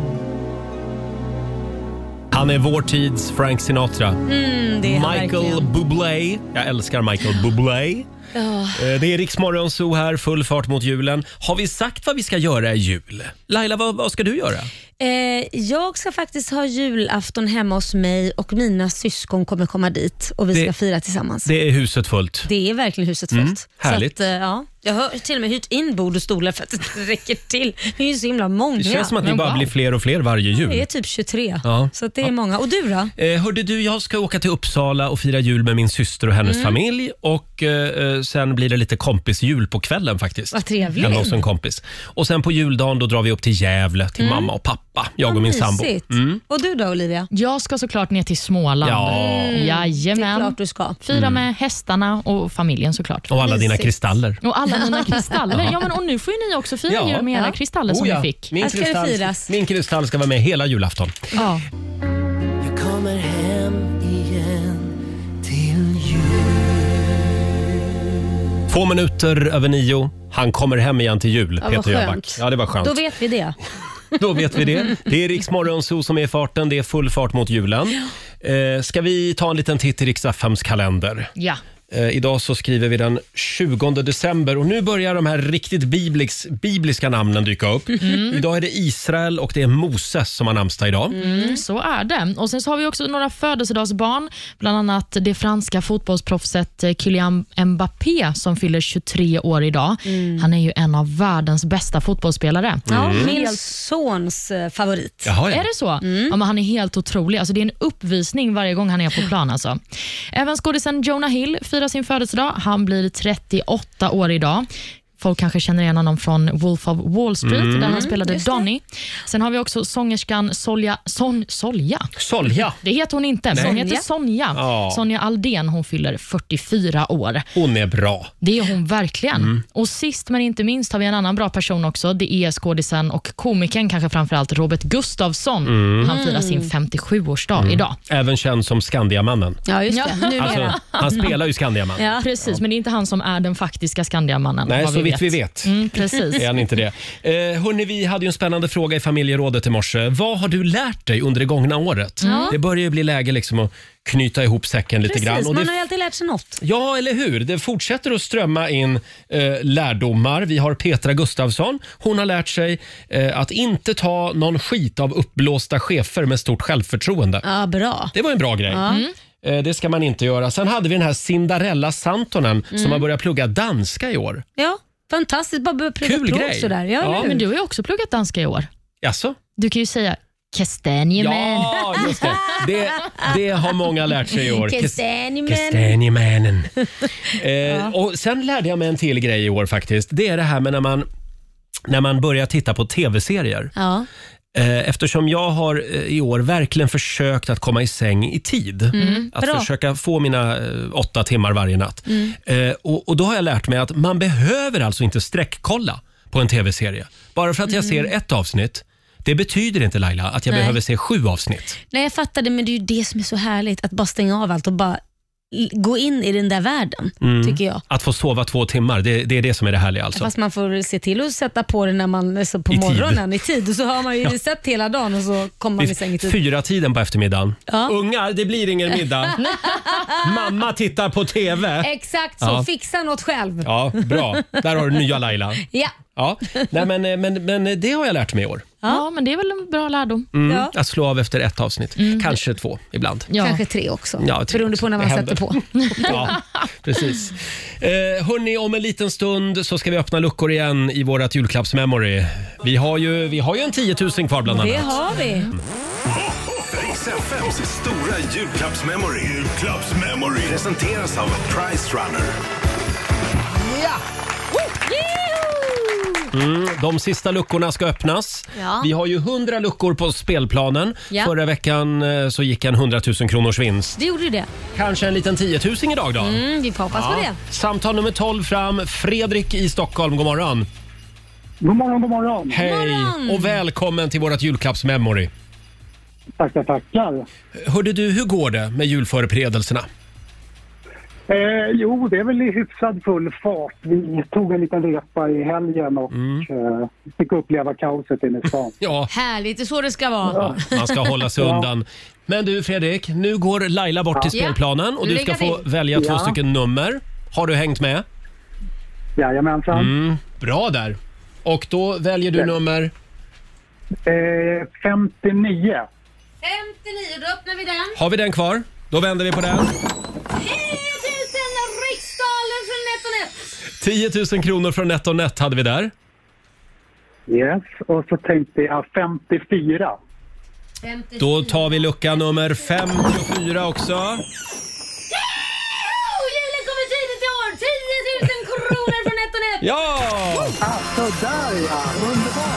S1: Han är vår tids Frank Sinatra.
S3: Mm, det är han
S1: Michael
S3: verkligen.
S1: Bublé. Jag älskar Michael Bublé.
S3: Ja.
S1: Eh, Det är Riksmorgon Zoo här, full fart mot julen. Har vi sagt vad vi ska göra i jul? Laila, vad, vad ska du göra?
S3: Eh, jag ska faktiskt ha julafton hemma hos mig och mina syskon kommer komma dit och vi
S1: Det-
S3: ska fira tillsammans. Det,
S1: Det är huset fullt.
S3: är verkligen huset fullt.
S1: Mm, härligt.
S3: Så att, eh, ja, jag har till och med hyrt in bord och stolar för att det räcker till. Det är ju så himla många.
S1: Det känns som att ni bara blir fler och fler varje jul.
S3: Det är typ 23,
S1: Ja.
S3: så att det är många. Och du då?
S1: Eh, hörde du, jag ska åka till Uppsala och fira jul med min syster och hennes
S3: Mm.
S1: familj. Och eh, eh, Sen blir det lite kompisjul på kvällen faktiskt.
S3: Vad trevligt.
S1: Hemma hos en kompis. Och sen på juldagen då drar vi upp till Gävle till
S3: Mm.
S1: mamma och pappa. Jag och min sambo.
S3: mysigt.
S1: Mm.
S3: Och du då Olivia?
S4: Jag ska såklart ner till Småland.
S1: Ja. Mm,
S4: Jajamän.
S3: det är klart du ska.
S4: Fira med hästarna och familjen såklart.
S1: Och alla dina kristaller.
S4: Och alla mina kristaller.
S1: Ja.
S4: Ja, men, och nu får ju ni också fira jul med era kristaller som
S1: Oh ja.
S4: ni fick.
S1: Min kristall, min kristall ska vara med hela julafton.
S4: Ja.
S6: Jag kommer hem igen till jul.
S1: Två minuter över nio. Han kommer hem igen till jul,
S3: Ja, vad
S1: Peter Jöback.
S3: skönt.
S1: Ja, det var skönt.
S3: Då vet vi det.
S1: Då vet vi det. Det är Riksmorgonzoo som är i farten. Det är full fart mot julen. Eh, ska vi ta en liten titt i Riks-FMs kalender?
S4: Ja.
S1: Eh, idag så skriver vi den 20 december och nu börjar de här riktigt bibliks, bibliska namnen dyka upp.
S4: Mhm.
S1: Idag är det Israel och det är Moses som har namnsdag idag.
S4: Mm, så är det. Och Sen så har vi också några födelsedagsbarn, bland annat det franska fotbollsproffset eh, Kylian Mbappé som fyller 23 år idag.
S3: Mm.
S4: Han är ju en av världens bästa fotbollsspelare.
S3: Ja,
S1: Mm.
S3: Min Mm. sons eh, favorit.
S4: Jaha, Är det så?
S1: Mm.
S4: Ja, men han är helt otrolig. Alltså, det är en uppvisning varje gång han är på plan. Alltså. Även skådisen Jonah Hill firar sin födelsedag. Han blir 38 år idag. Folk kanske känner igen honom från Wolf of Wall Street,
S1: Mm.
S4: där han spelade
S1: Just det.
S4: Donny. Sen har vi också sångerskan Solja... Son, Solja?
S1: Solja.
S4: Det heter hon inte, men
S1: Nej.
S4: hon heter Sonja.
S1: Ja.
S4: Sonja Aldén, hon fyller 44 år.
S1: Hon är bra.
S4: Det är hon verkligen.
S1: Mm.
S4: Och Sist men inte minst har vi en annan bra person också. Det är skådisen och komikern, kanske framförallt Robert Gustafsson.
S1: Mm.
S4: Han firar sin 57-årsdag idag.
S1: Även känd som Skandiamannen.
S4: Ja, just det. Numera.
S1: Alltså, han spelar ju Skandiaman.
S4: Ja. Precis, men det är inte han som är den faktiska Skandiamannen.
S1: Nej,
S4: vad
S1: så vitt vi vet.
S4: Mm, precis.
S1: Är han inte det. Eh, hörni, vi hade ju en spännande fråga i familjerådet i morse. Vad har du lärt dig under det gångna året?
S3: Ja.
S1: Det börjar ju bli läge liksom att knyta ihop säcken lite
S3: Precis,
S1: grann. Och
S3: man
S1: det,
S3: har ju alltid lärt sig något.
S1: ja, eller hur? Det fortsätter att strömma in eh, lärdomar. Vi har Petra Gustavsson. Hon har lärt sig eh, att inte ta någon skit av uppblåsta chefer med stort självförtroende.
S3: Ja, bra.
S1: Det var en bra grej.
S3: Ja. Mm.
S1: Eh, Det ska man inte göra. Sen hade vi den här Cinderella Santonen som
S3: Mm.
S1: har börjat plugga danska i år.
S3: Ja, fantastiskt. Bara börja prova
S1: Kul
S3: prov
S1: grej.
S3: sådär. Ja,
S1: Ja.
S3: eller hur?
S1: Men
S4: Du har ju också pluggat danska i år.
S1: Jaså?
S4: Du kan ju säga kastanjemän.
S1: Ja, just det. det. Det har många lärt sig i år.
S4: Kastanjemän.
S1: Kastanjemännen. Eh, Och Sen lärde jag mig en till grej i år faktiskt. Det är det här med när man, när man börjar titta på tv-serier.
S3: Ja.
S1: Eh, Eftersom jag har eh, i år verkligen försökt att komma i säng i tid.
S2: Mm,
S1: Att
S2: bra.
S1: försöka få mina eh, åtta timmar varje natt.
S2: Mm.
S1: Eh, och, och Då har jag lärt mig att man behöver alltså inte sträckkolla på en tv-serie. Bara för att jag
S3: Mm.
S1: ser ett avsnitt, det betyder inte Laila att jag
S3: Nej.
S1: behöver se sju avsnitt.
S3: Nej, jag fattar det, men det är ju det som är så härligt. Att bara stänga av allt och bara l- gå in i den där världen,
S1: Mm.
S3: tycker jag.
S1: Att få sova två timmar, det, det är det som är det härliga alltså.
S3: Fast man får väl se till att sätta på det när man, alltså på
S1: I tid.
S3: morgonen i tid. Och så har man ju
S1: Ja.
S3: sett hela dagen och så kommer man i säng i
S1: Vid
S3: tid.
S1: fyra tiden på eftermiddagen.
S3: typ- Ja.
S1: Ungar, det blir ingen middag. Mamma tittar på TV.
S3: Exakt så,
S1: Ja.
S3: fixa något själv.
S1: Ja, bra. Där har du nya Laila.
S3: Ja.
S1: Ja, Nej, men, eh, men, men det har jag lärt mig i år.
S4: Ja. men det är väl en bra lärdom.
S1: Mm, Att slå av efter ett avsnitt. Kanske två ibland.
S3: Kanske tre också,
S1: Ja, tre
S3: Mm. beroende
S1: också.
S3: på när man
S1: Det
S3: sätter på.
S1: händer. Ja, precis. Eh, hörni, om en liten stund så ska vi öppna luckor igen i vårt julklappsmemory. Vi har ju, vi har ju en 10 000 kvar bland annat.
S3: Det har vi.
S8: Riks FMs stora julklappsmemory. Julklappsmemory. Presenteras av Price Runner.
S11: Ja!
S1: Mm, de sista luckorna ska öppnas.
S11: Ja.
S1: Vi har ju 100 luckor på spelplanen.
S3: Ja.
S1: Förra veckan eh, så gick en 100 000 kronors vinst.
S3: Det gjorde ju det.
S1: Kanske en liten 10 000 idag då?
S3: Mm, vi får hoppas på det.
S1: Samtal nummer 12 fram. Fredrik i Stockholm, god morgon.
S18: God morgon, god morgon.
S1: Hej
S18: morgon.
S1: och välkommen till vårt julklappsmemory.
S18: Tackar, tackar.
S1: Hörde du, hur går det med julförberedelserna?
S18: Eh, jo, det är väl i hyfsad full fart. Vi tog en liten repa i helgen och
S1: Mm.
S18: eh, fick uppleva kaoset inne i stan.
S1: Ja,
S3: Härligt, det är så det ska vara.
S1: man ska hålla sig
S18: Ja.
S1: undan. Men du Fredrik, nu går Laila bort till
S3: Ja.
S1: spelplanen och du ska
S3: Lycka
S1: få
S3: till.
S1: välja två
S18: Ja.
S1: stycken nummer. Har du hängt med?
S18: Jajamensan.
S1: Mm, bra där. Och då väljer du
S18: Ja.
S1: nummer?
S18: Eh, 59.
S3: 59, då öppnar vi den.
S1: Har vi den kvar? Då vänder vi på den.
S9: 10 000 riksdaler från NetOnNet.
S1: 10 000 kronor från NetOnNet hade vi där.
S18: Yes, och så tänkte jag 54.
S1: Då tar vi lucka nummer 54 också.
S9: Oh, julen kommer tidigt i år! 10 000 kronor från NetOnNet.
S1: Ja!
S18: Alltså, där ja! Underbart!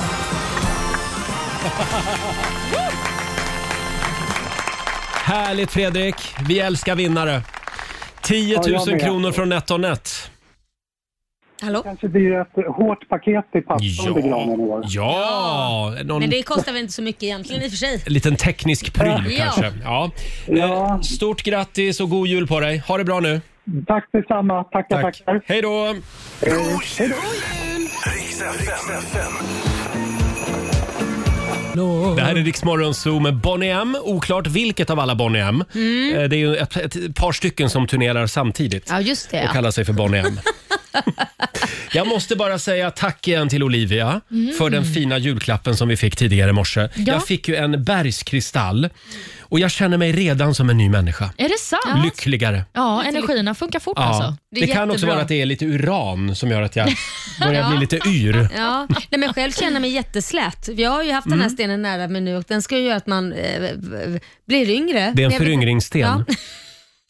S1: Härligt Fredrik! Vi älskar vinnare. 10
S18: Ja,
S1: 000
S18: jag med.
S1: kronor från NetOnnet.
S3: Hallå?
S18: kanske blir ett hårt paket till pappa
S1: Ja.
S18: under granen i år.
S1: Ja! Någon
S3: Men det kostar väl inte så mycket egentligen i och för sig.
S1: liten teknisk pryl
S3: Ja.
S1: kanske. Ja. Eh, Stort grattis och god jul på dig. Ha det bra nu.
S18: Tack detsamma. Tackar,
S1: Tack.
S18: tackar.
S1: Hej då!
S18: Hej då.
S1: Det här är Riksmorgon Zoo med Bonnie M. Oklart vilket av alla Bonnie M.
S3: Mm.
S1: Eh, Det är ju ett, ett par stycken som turnerar samtidigt
S3: Ja, just det.
S1: och
S3: Ja.
S1: kallar sig för Bonnie M. Jag måste bara säga tack igen till Olivia
S3: Mm.
S1: för den fina julklappen som vi fick tidigare i morse.
S4: Ja.
S1: Jag fick ju en bergskristall och jag känner mig redan som en ny människa.
S4: Är det sant?
S1: Lyckligare.
S4: Ja, energierna funkar fort
S1: Ja.
S4: alltså.
S1: Det, kan också vara att det är lite uran som gör att jag börjar bli lite yr.
S3: Ja, nej men själv känner jag mig jätteslät. Jag har ju haft den här
S1: Mm.
S3: stenen nära mig nu och den ska ju göra att man eh, blir
S1: Det
S3: yngre.
S1: är en
S3: Jag vet-
S1: föryngringssten.
S3: Ja.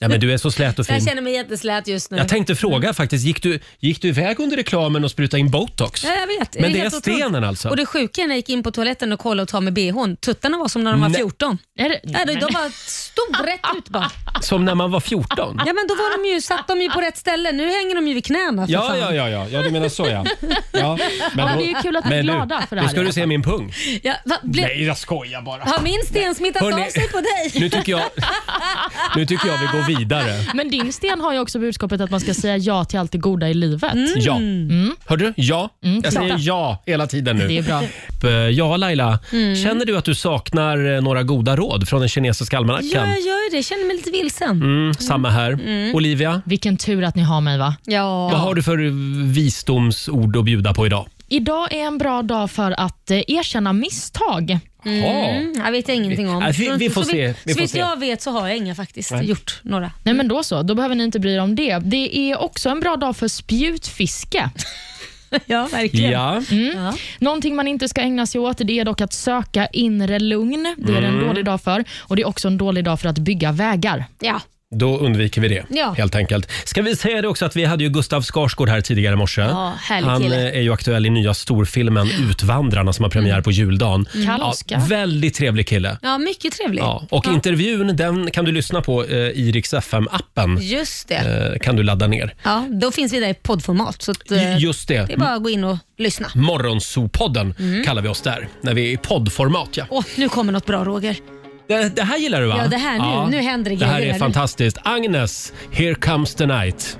S1: Ja, men du är så slät och
S3: Jag
S1: fin.
S3: känner mig jätteslät just nu.
S1: Jag tänkte fråga faktiskt, gick du, gick du iväg under reklamen och sprutade in botox?
S3: Ja, jag vet.
S1: Men det är
S3: helt otroligt.
S1: stenen alltså?
S3: Och det sjuka är när jag gick in på toaletten och kollade och tog med bhn. Tuttarna var som när de var
S1: Nej.
S3: 14.
S4: Är det?
S3: Nej, de var stod rätt ut bara.
S1: Som när man var 14?
S3: Ja, men då var de ju, satt de ju på rätt ställe. Nu hänger de ju vid knäna. för
S1: Ja,
S3: fan.
S1: ja, ja, ja, ja, du menar så ja. ja,
S3: Ja, det är ju kul att ni är
S1: men
S3: glada för det här
S1: Då ska
S3: i
S1: du
S3: alla
S1: se min pung.
S3: Ja, va, blev-
S1: Nej, jag skojar bara.
S3: Har min sten smittat
S1: Hörrni,
S3: av sig på dig?
S1: Nu tycker, jag, nu tycker jag vi går vidare.
S4: Men din sten har ju också budskapet att man ska säga ja till allt det goda i livet.
S1: Ja.
S4: Mm.
S1: Hörde du? Ja.
S4: Mm,
S1: jag säger
S4: titta.
S1: ja hela tiden nu.
S4: Det är bra.
S1: Eh, Ja, Laila.
S3: Mm.
S1: Känner du att du saknar eh, några goda råd från den kinesiska
S3: Ja,
S1: almanackan?
S3: jag gör ju det. Jag känner mig lite vilsen.
S1: Mm, samma här.
S3: Mm.
S1: Olivia,
S4: Vilken tur att ni har mig va?
S3: Ja.
S1: vad har du för visdomsord att bjuda på idag?
S4: Idag är en bra dag för att eh, erkänna misstag.
S1: Mm,
S3: jag vet jag ingenting om.
S4: Ja, vi- vi får
S3: så
S4: se.
S3: vitt-
S4: Vi
S3: så
S4: får
S3: vitt
S4: se.
S3: jag vet så har jag inga faktiskt
S4: Nej.
S3: gjort några.
S4: Nej men då så, då behöver ni inte bry er om det. Det är också en bra dag för spjutfiske.
S3: ja, verkligen.
S1: Ja.
S4: Mm. Någonting man inte ska ägna sig åt det är dock att söka inre lugn. Det är det
S1: Mm.
S4: en dålig dag för. Och Det är också en dålig dag för att bygga vägar.
S3: Ja.
S1: Då undviker vi det,
S4: Ja.
S1: helt enkelt. Ska vi säga det också att vi hade ju Gustav Skarsgård här tidigare i morse.
S4: Ja, härlig
S1: Han
S4: kille.
S1: eh, är ju aktuell i nya storfilmen Utvandrarna som har premiär på juldagen.
S3: Mm. Kall
S1: Ja,
S3: Oscar.
S1: väldigt trevlig kille.
S3: Ja, mycket trevligt.
S1: Ja, och intervjun den kan du lyssna på eh, i Rix FM-appen.
S3: Just det.
S1: Eh, kan du ladda ner.
S3: Ja, då finns vi där i poddformat. Så att, eh,
S1: Ju- Just det.
S3: Det är bara att gå in och lyssna.
S1: Morgonsopodden
S3: Mm.
S1: kallar vi oss där, när vi är i poddformat. Ja.
S3: Åh, nu kommer något bra Roger.
S1: Det, det här gillar du va?
S3: Ja, det här- nu- nu händer det
S1: Det här
S3: grejer
S1: är
S3: nu.
S1: fantastiskt. Agnes, Here comes the night.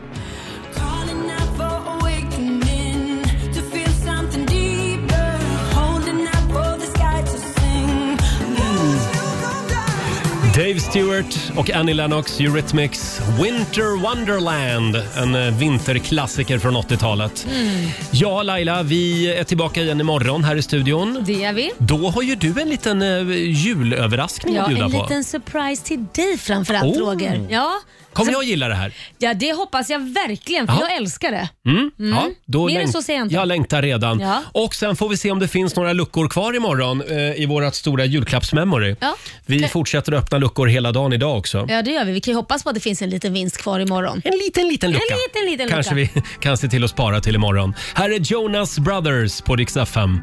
S1: Dave Stewart och Annie Lennox, Eurythmics Winter Wonderland. En eh, vinterklassiker från 80-talet.
S3: Mm.
S1: Ja, Laila, vi är tillbaka igen imorgon här i studion.
S3: Det gör vi.
S1: Då har ju du en liten eh, julöverraskning
S3: Ja,
S1: att bjuda
S3: en
S1: på.
S3: liten surprise till dig framförallt
S1: Oh.
S3: Roger. Ja,
S1: Kommer jag gilla det här?
S3: ja, det hoppas jag verkligen för
S1: Ja.
S3: jag älskar det.
S1: Mm?
S3: Mm.
S1: Ja, då
S3: Mer än
S1: läng-
S3: så säger jag inte.
S1: längtar redan.
S3: Ja.
S1: Och sen får vi se om det finns några luckor kvar imorgon eh, i vårt stora julklappsmemory.
S3: Ja.
S1: Vi fortsätter att öppna luckor hela dagen idag också.
S3: ja, det gör vi. Vi kan ju hoppas på att det finns en liten vinst kvar imorgon.
S1: En liten, liten lucka.
S3: En liten, liten
S1: Kanske
S3: lucka.
S1: vi kan se till att spara till imorgon. Här är Jonas Brothers på Dix FM.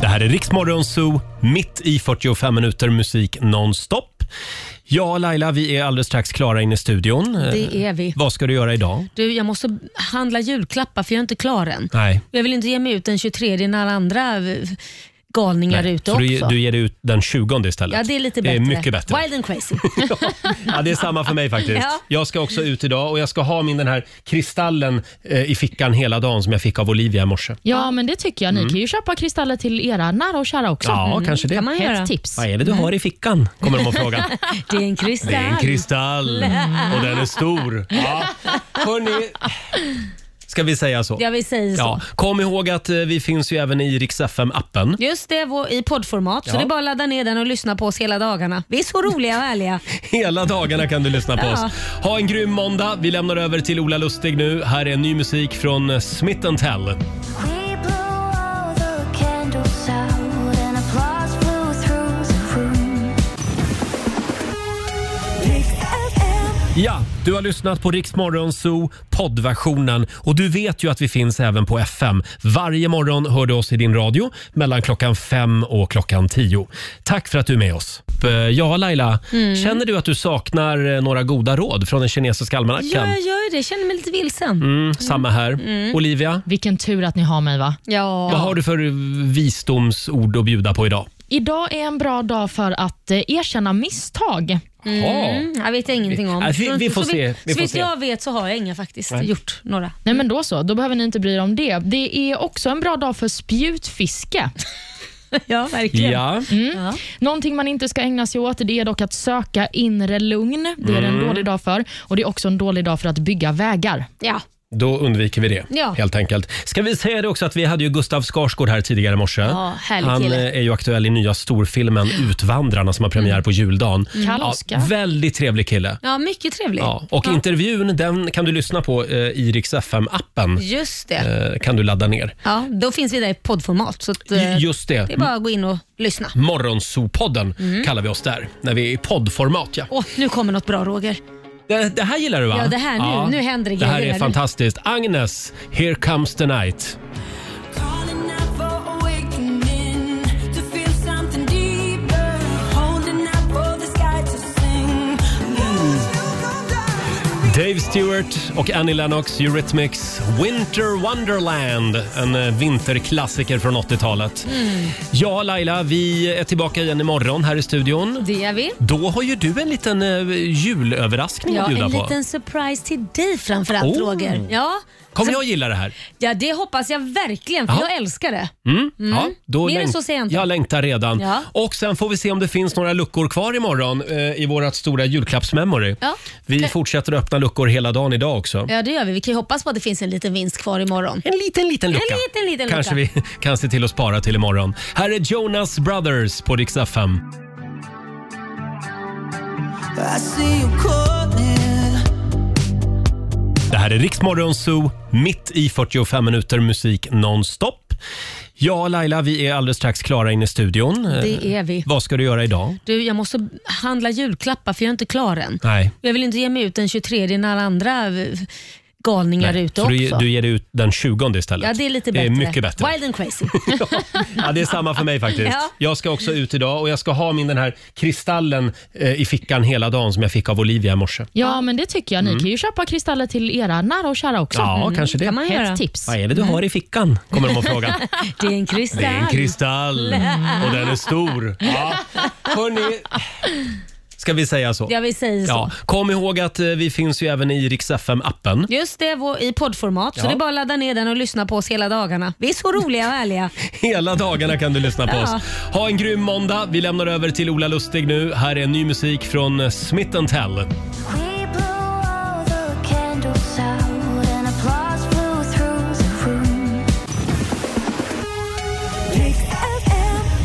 S1: Det här är Riksmorgon Zoo, mitt i 45 minuter musik nonstop. Ja, Laila, vi är alldeles strax klara in i studion. Eh,
S3: Det är vi.
S1: Vad ska du göra idag?
S3: Du, jag måste handla julklappar för jag är inte klar än.
S1: Nej.
S3: Jag vill inte ge mig ut den 23 när alla andra eh, galningar är ute
S1: Så
S3: också.
S1: du, ge- du ger dig ut den 20 istället.
S3: ja, det är lite
S1: Det
S3: bättre.
S1: är mycket bättre.
S3: Wild and crazy.
S1: Ja, det är samma för mig faktiskt.
S3: Ja.
S1: Jag ska också ut idag och jag ska ha min den här kristallen eh, i fickan hela dagen som jag fick av Olivia i morse.
S4: Ja, men det tycker jag. Ni
S1: Mm.
S4: kan ju köpa kristaller till era nära och kära också.
S1: Ja,
S3: Mm,
S1: kanske det.
S4: Ett tips.
S1: Vad är det du har i fickan? Kommer de att fråga.
S3: Det är en kristall.
S1: Det är en kristall
S3: Mm.
S1: och den är stor. Ja. Hörrni, Ska vi säga så?
S3: Ja, vi säger så.
S1: Ja. Kom ihåg att eh, vi finns ju även i Rix FM-appen.
S3: Just det, vår- i poddformat.
S1: Ja.
S3: Så det är bara att ladda ner den och lyssna på oss hela dagarna. Vi är så roliga och ärliga.
S1: Hela dagarna kan du lyssna på
S3: Ja.
S1: oss. Ha en grym måndag. Vi lämnar över till Ola Lustig nu. Här är ny musik från Smith Tell. Ja, du har lyssnat på Rix Morgon Zoo poddversionen och du vet ju att vi finns även på FM. Varje morgon hör du oss i din radio mellan klockan fem och klockan tio. Tack för att du är med oss. Eh, Ja, Laila,
S3: Mm.
S1: känner du att du saknar eh, några goda råd från den kinesiska
S3: Ja,
S1: almanackan?
S3: jag gör ju det. Jag känner mig lite vilsen.
S1: Mm, samma här.
S3: Mm.
S1: Olivia,
S4: Vilken tur att ni har mig va?
S3: Ja.
S1: vad har du för visdomsord att bjuda på idag?
S4: Idag är en bra dag för att eh, erkänna misstag.
S3: Mm, jag vet jag ingenting om.
S4: Ja, vi- vi får
S3: så
S4: se,
S3: vitt-
S4: vi får
S3: så vitt
S4: se.
S3: jag vet så har jag inga faktiskt
S4: Nej.
S3: gjort några.
S4: Nej, men då så. Då behöver ni inte bry er om det. Det är också en bra dag för spjutfiske.
S3: ja, verkligen.
S4: Ja. Mm. Någonting man inte ska ägna sig åt det är dock att söka inre lugn. Det är det
S1: Mm.
S4: en dålig dag för. Och Det är också en dålig dag för att bygga vägar.
S3: Ja.
S1: Då undviker vi det,
S4: Ja.
S1: helt enkelt. Ska vi säga det också att vi hade ju Gustav Skarsgård här tidigare i morse.
S4: Ja, härlig
S1: Han
S4: kille.
S1: eh, är ju aktuell i nya storfilmen Utvandrarna som har premiär på juldagen.
S3: Mm. Kalle Oskar.
S1: väldigt trevlig kille.
S3: Ja, mycket trevligt.
S1: Ja, och intervjun den kan du lyssna på eh, i Rix FM-appen.
S3: Just det.
S1: Eh, kan du ladda ner.
S3: Ja, då finns vi där i poddformat. Så att, eh,
S1: Ju- Just det.
S3: det är bara att gå in och lyssna.
S1: Morgonsopodden
S3: Mm.
S1: kallar vi oss där, när vi är i poddformat. Ja.
S3: Åh, nu kommer något bra Roger.
S1: Det, det här gillar du va?
S3: Ja, det här- nu- nu händer det
S1: Det här
S3: grejer
S1: är
S3: nu.
S1: fantastiskt. Agnes, Here comes the night. Dave Stewart och Annie Lennox, Eurythmics Winter Wonderland. En eh, vinterklassiker från 80-talet.
S3: Mm.
S1: Ja, Laila, vi är tillbaka igen imorgon här i studion.
S3: Det är
S4: Mm.
S3: vi.
S1: Då har ju du en liten eh, julöverraskning
S3: Ja,
S1: att bjuda
S3: en
S1: på.
S3: liten surprise till dig framförallt
S1: Oh.
S3: Roger. Ja,
S1: Kommer
S3: Så-
S1: jag gilla det här?
S3: ja, det hoppas jag verkligen för
S1: Ja.
S3: jag älskar det.
S1: Mm.
S3: Mm.
S1: Ja, då
S3: Mer än
S1: läng-
S3: så säger jag inte.
S1: jag längtar redan.
S3: Ja.
S1: Och Sen får vi se om det finns några luckor kvar imorgon eh, i vårt stora julklappsmemory.
S3: Ja.
S1: Vi fortsätter att öppna luckor hela dagen idag också.
S3: ja, det gör vi. Vi kan ju hoppas på att det finns en liten vinst kvar imorgon.
S1: En liten, liten lucka.
S3: En liten, liten lucka.
S1: Kanske vi kan se till att spara till imorgon. Här är Jonas Brothers på Dix FM. Det här är Riksmorgon Zoo, mitt i 45 minuter musik nonstop. Ja, Laila, vi är alldeles strax klara in i studion.
S4: Eh.
S1: Eh,
S3: Det är vi.
S1: Vad ska du göra idag?
S3: Du, jag måste handla julklappar för jag är inte klar än.
S1: Nej.
S3: Jag vill inte ge mig ut den 23 när alla andra eh, galningar är ute
S1: Så
S3: också.
S1: du, ge- du ger dig ut den 20 istället.
S3: ja, det är lite
S1: det
S3: bättre.
S1: Är mycket bättre.
S3: Wild and crazy.
S1: Ja, det är samma för mig faktiskt.
S3: Ja.
S1: Jag ska också ut idag och jag ska ha min den här kristallen eh, i fickan hela dagen som jag fick av Olivia i morse.
S4: Ja, men det tycker jag. Ni
S1: Mm.
S4: kan ju köpa kristaller till era nära och kära också.
S1: Ja, kanske det.
S4: Ett tips.
S1: Vad är det du har i fickan? Kommer de att fråga.
S3: Det är en kristall.
S1: Det är en kristall
S3: Mm.
S1: och den är stor. Ja. Hörrni, Ska vi säga så?
S3: Ja, vi säger så.
S1: Ja. Kom ihåg att eh, vi finns ju även i Rix FM-appen.
S3: Just det, vår- i poddformat. Så
S1: Ja.
S3: det är bara att ladda ner den och lyssna på oss hela dagarna. Vi är så roliga och ärliga.
S1: Hela dagarna kan du lyssna på
S3: Ja.
S1: oss. Ha en grym måndag. Vi lämnar över till Ola Lustig nu. Här är ny musik från Smith Tell.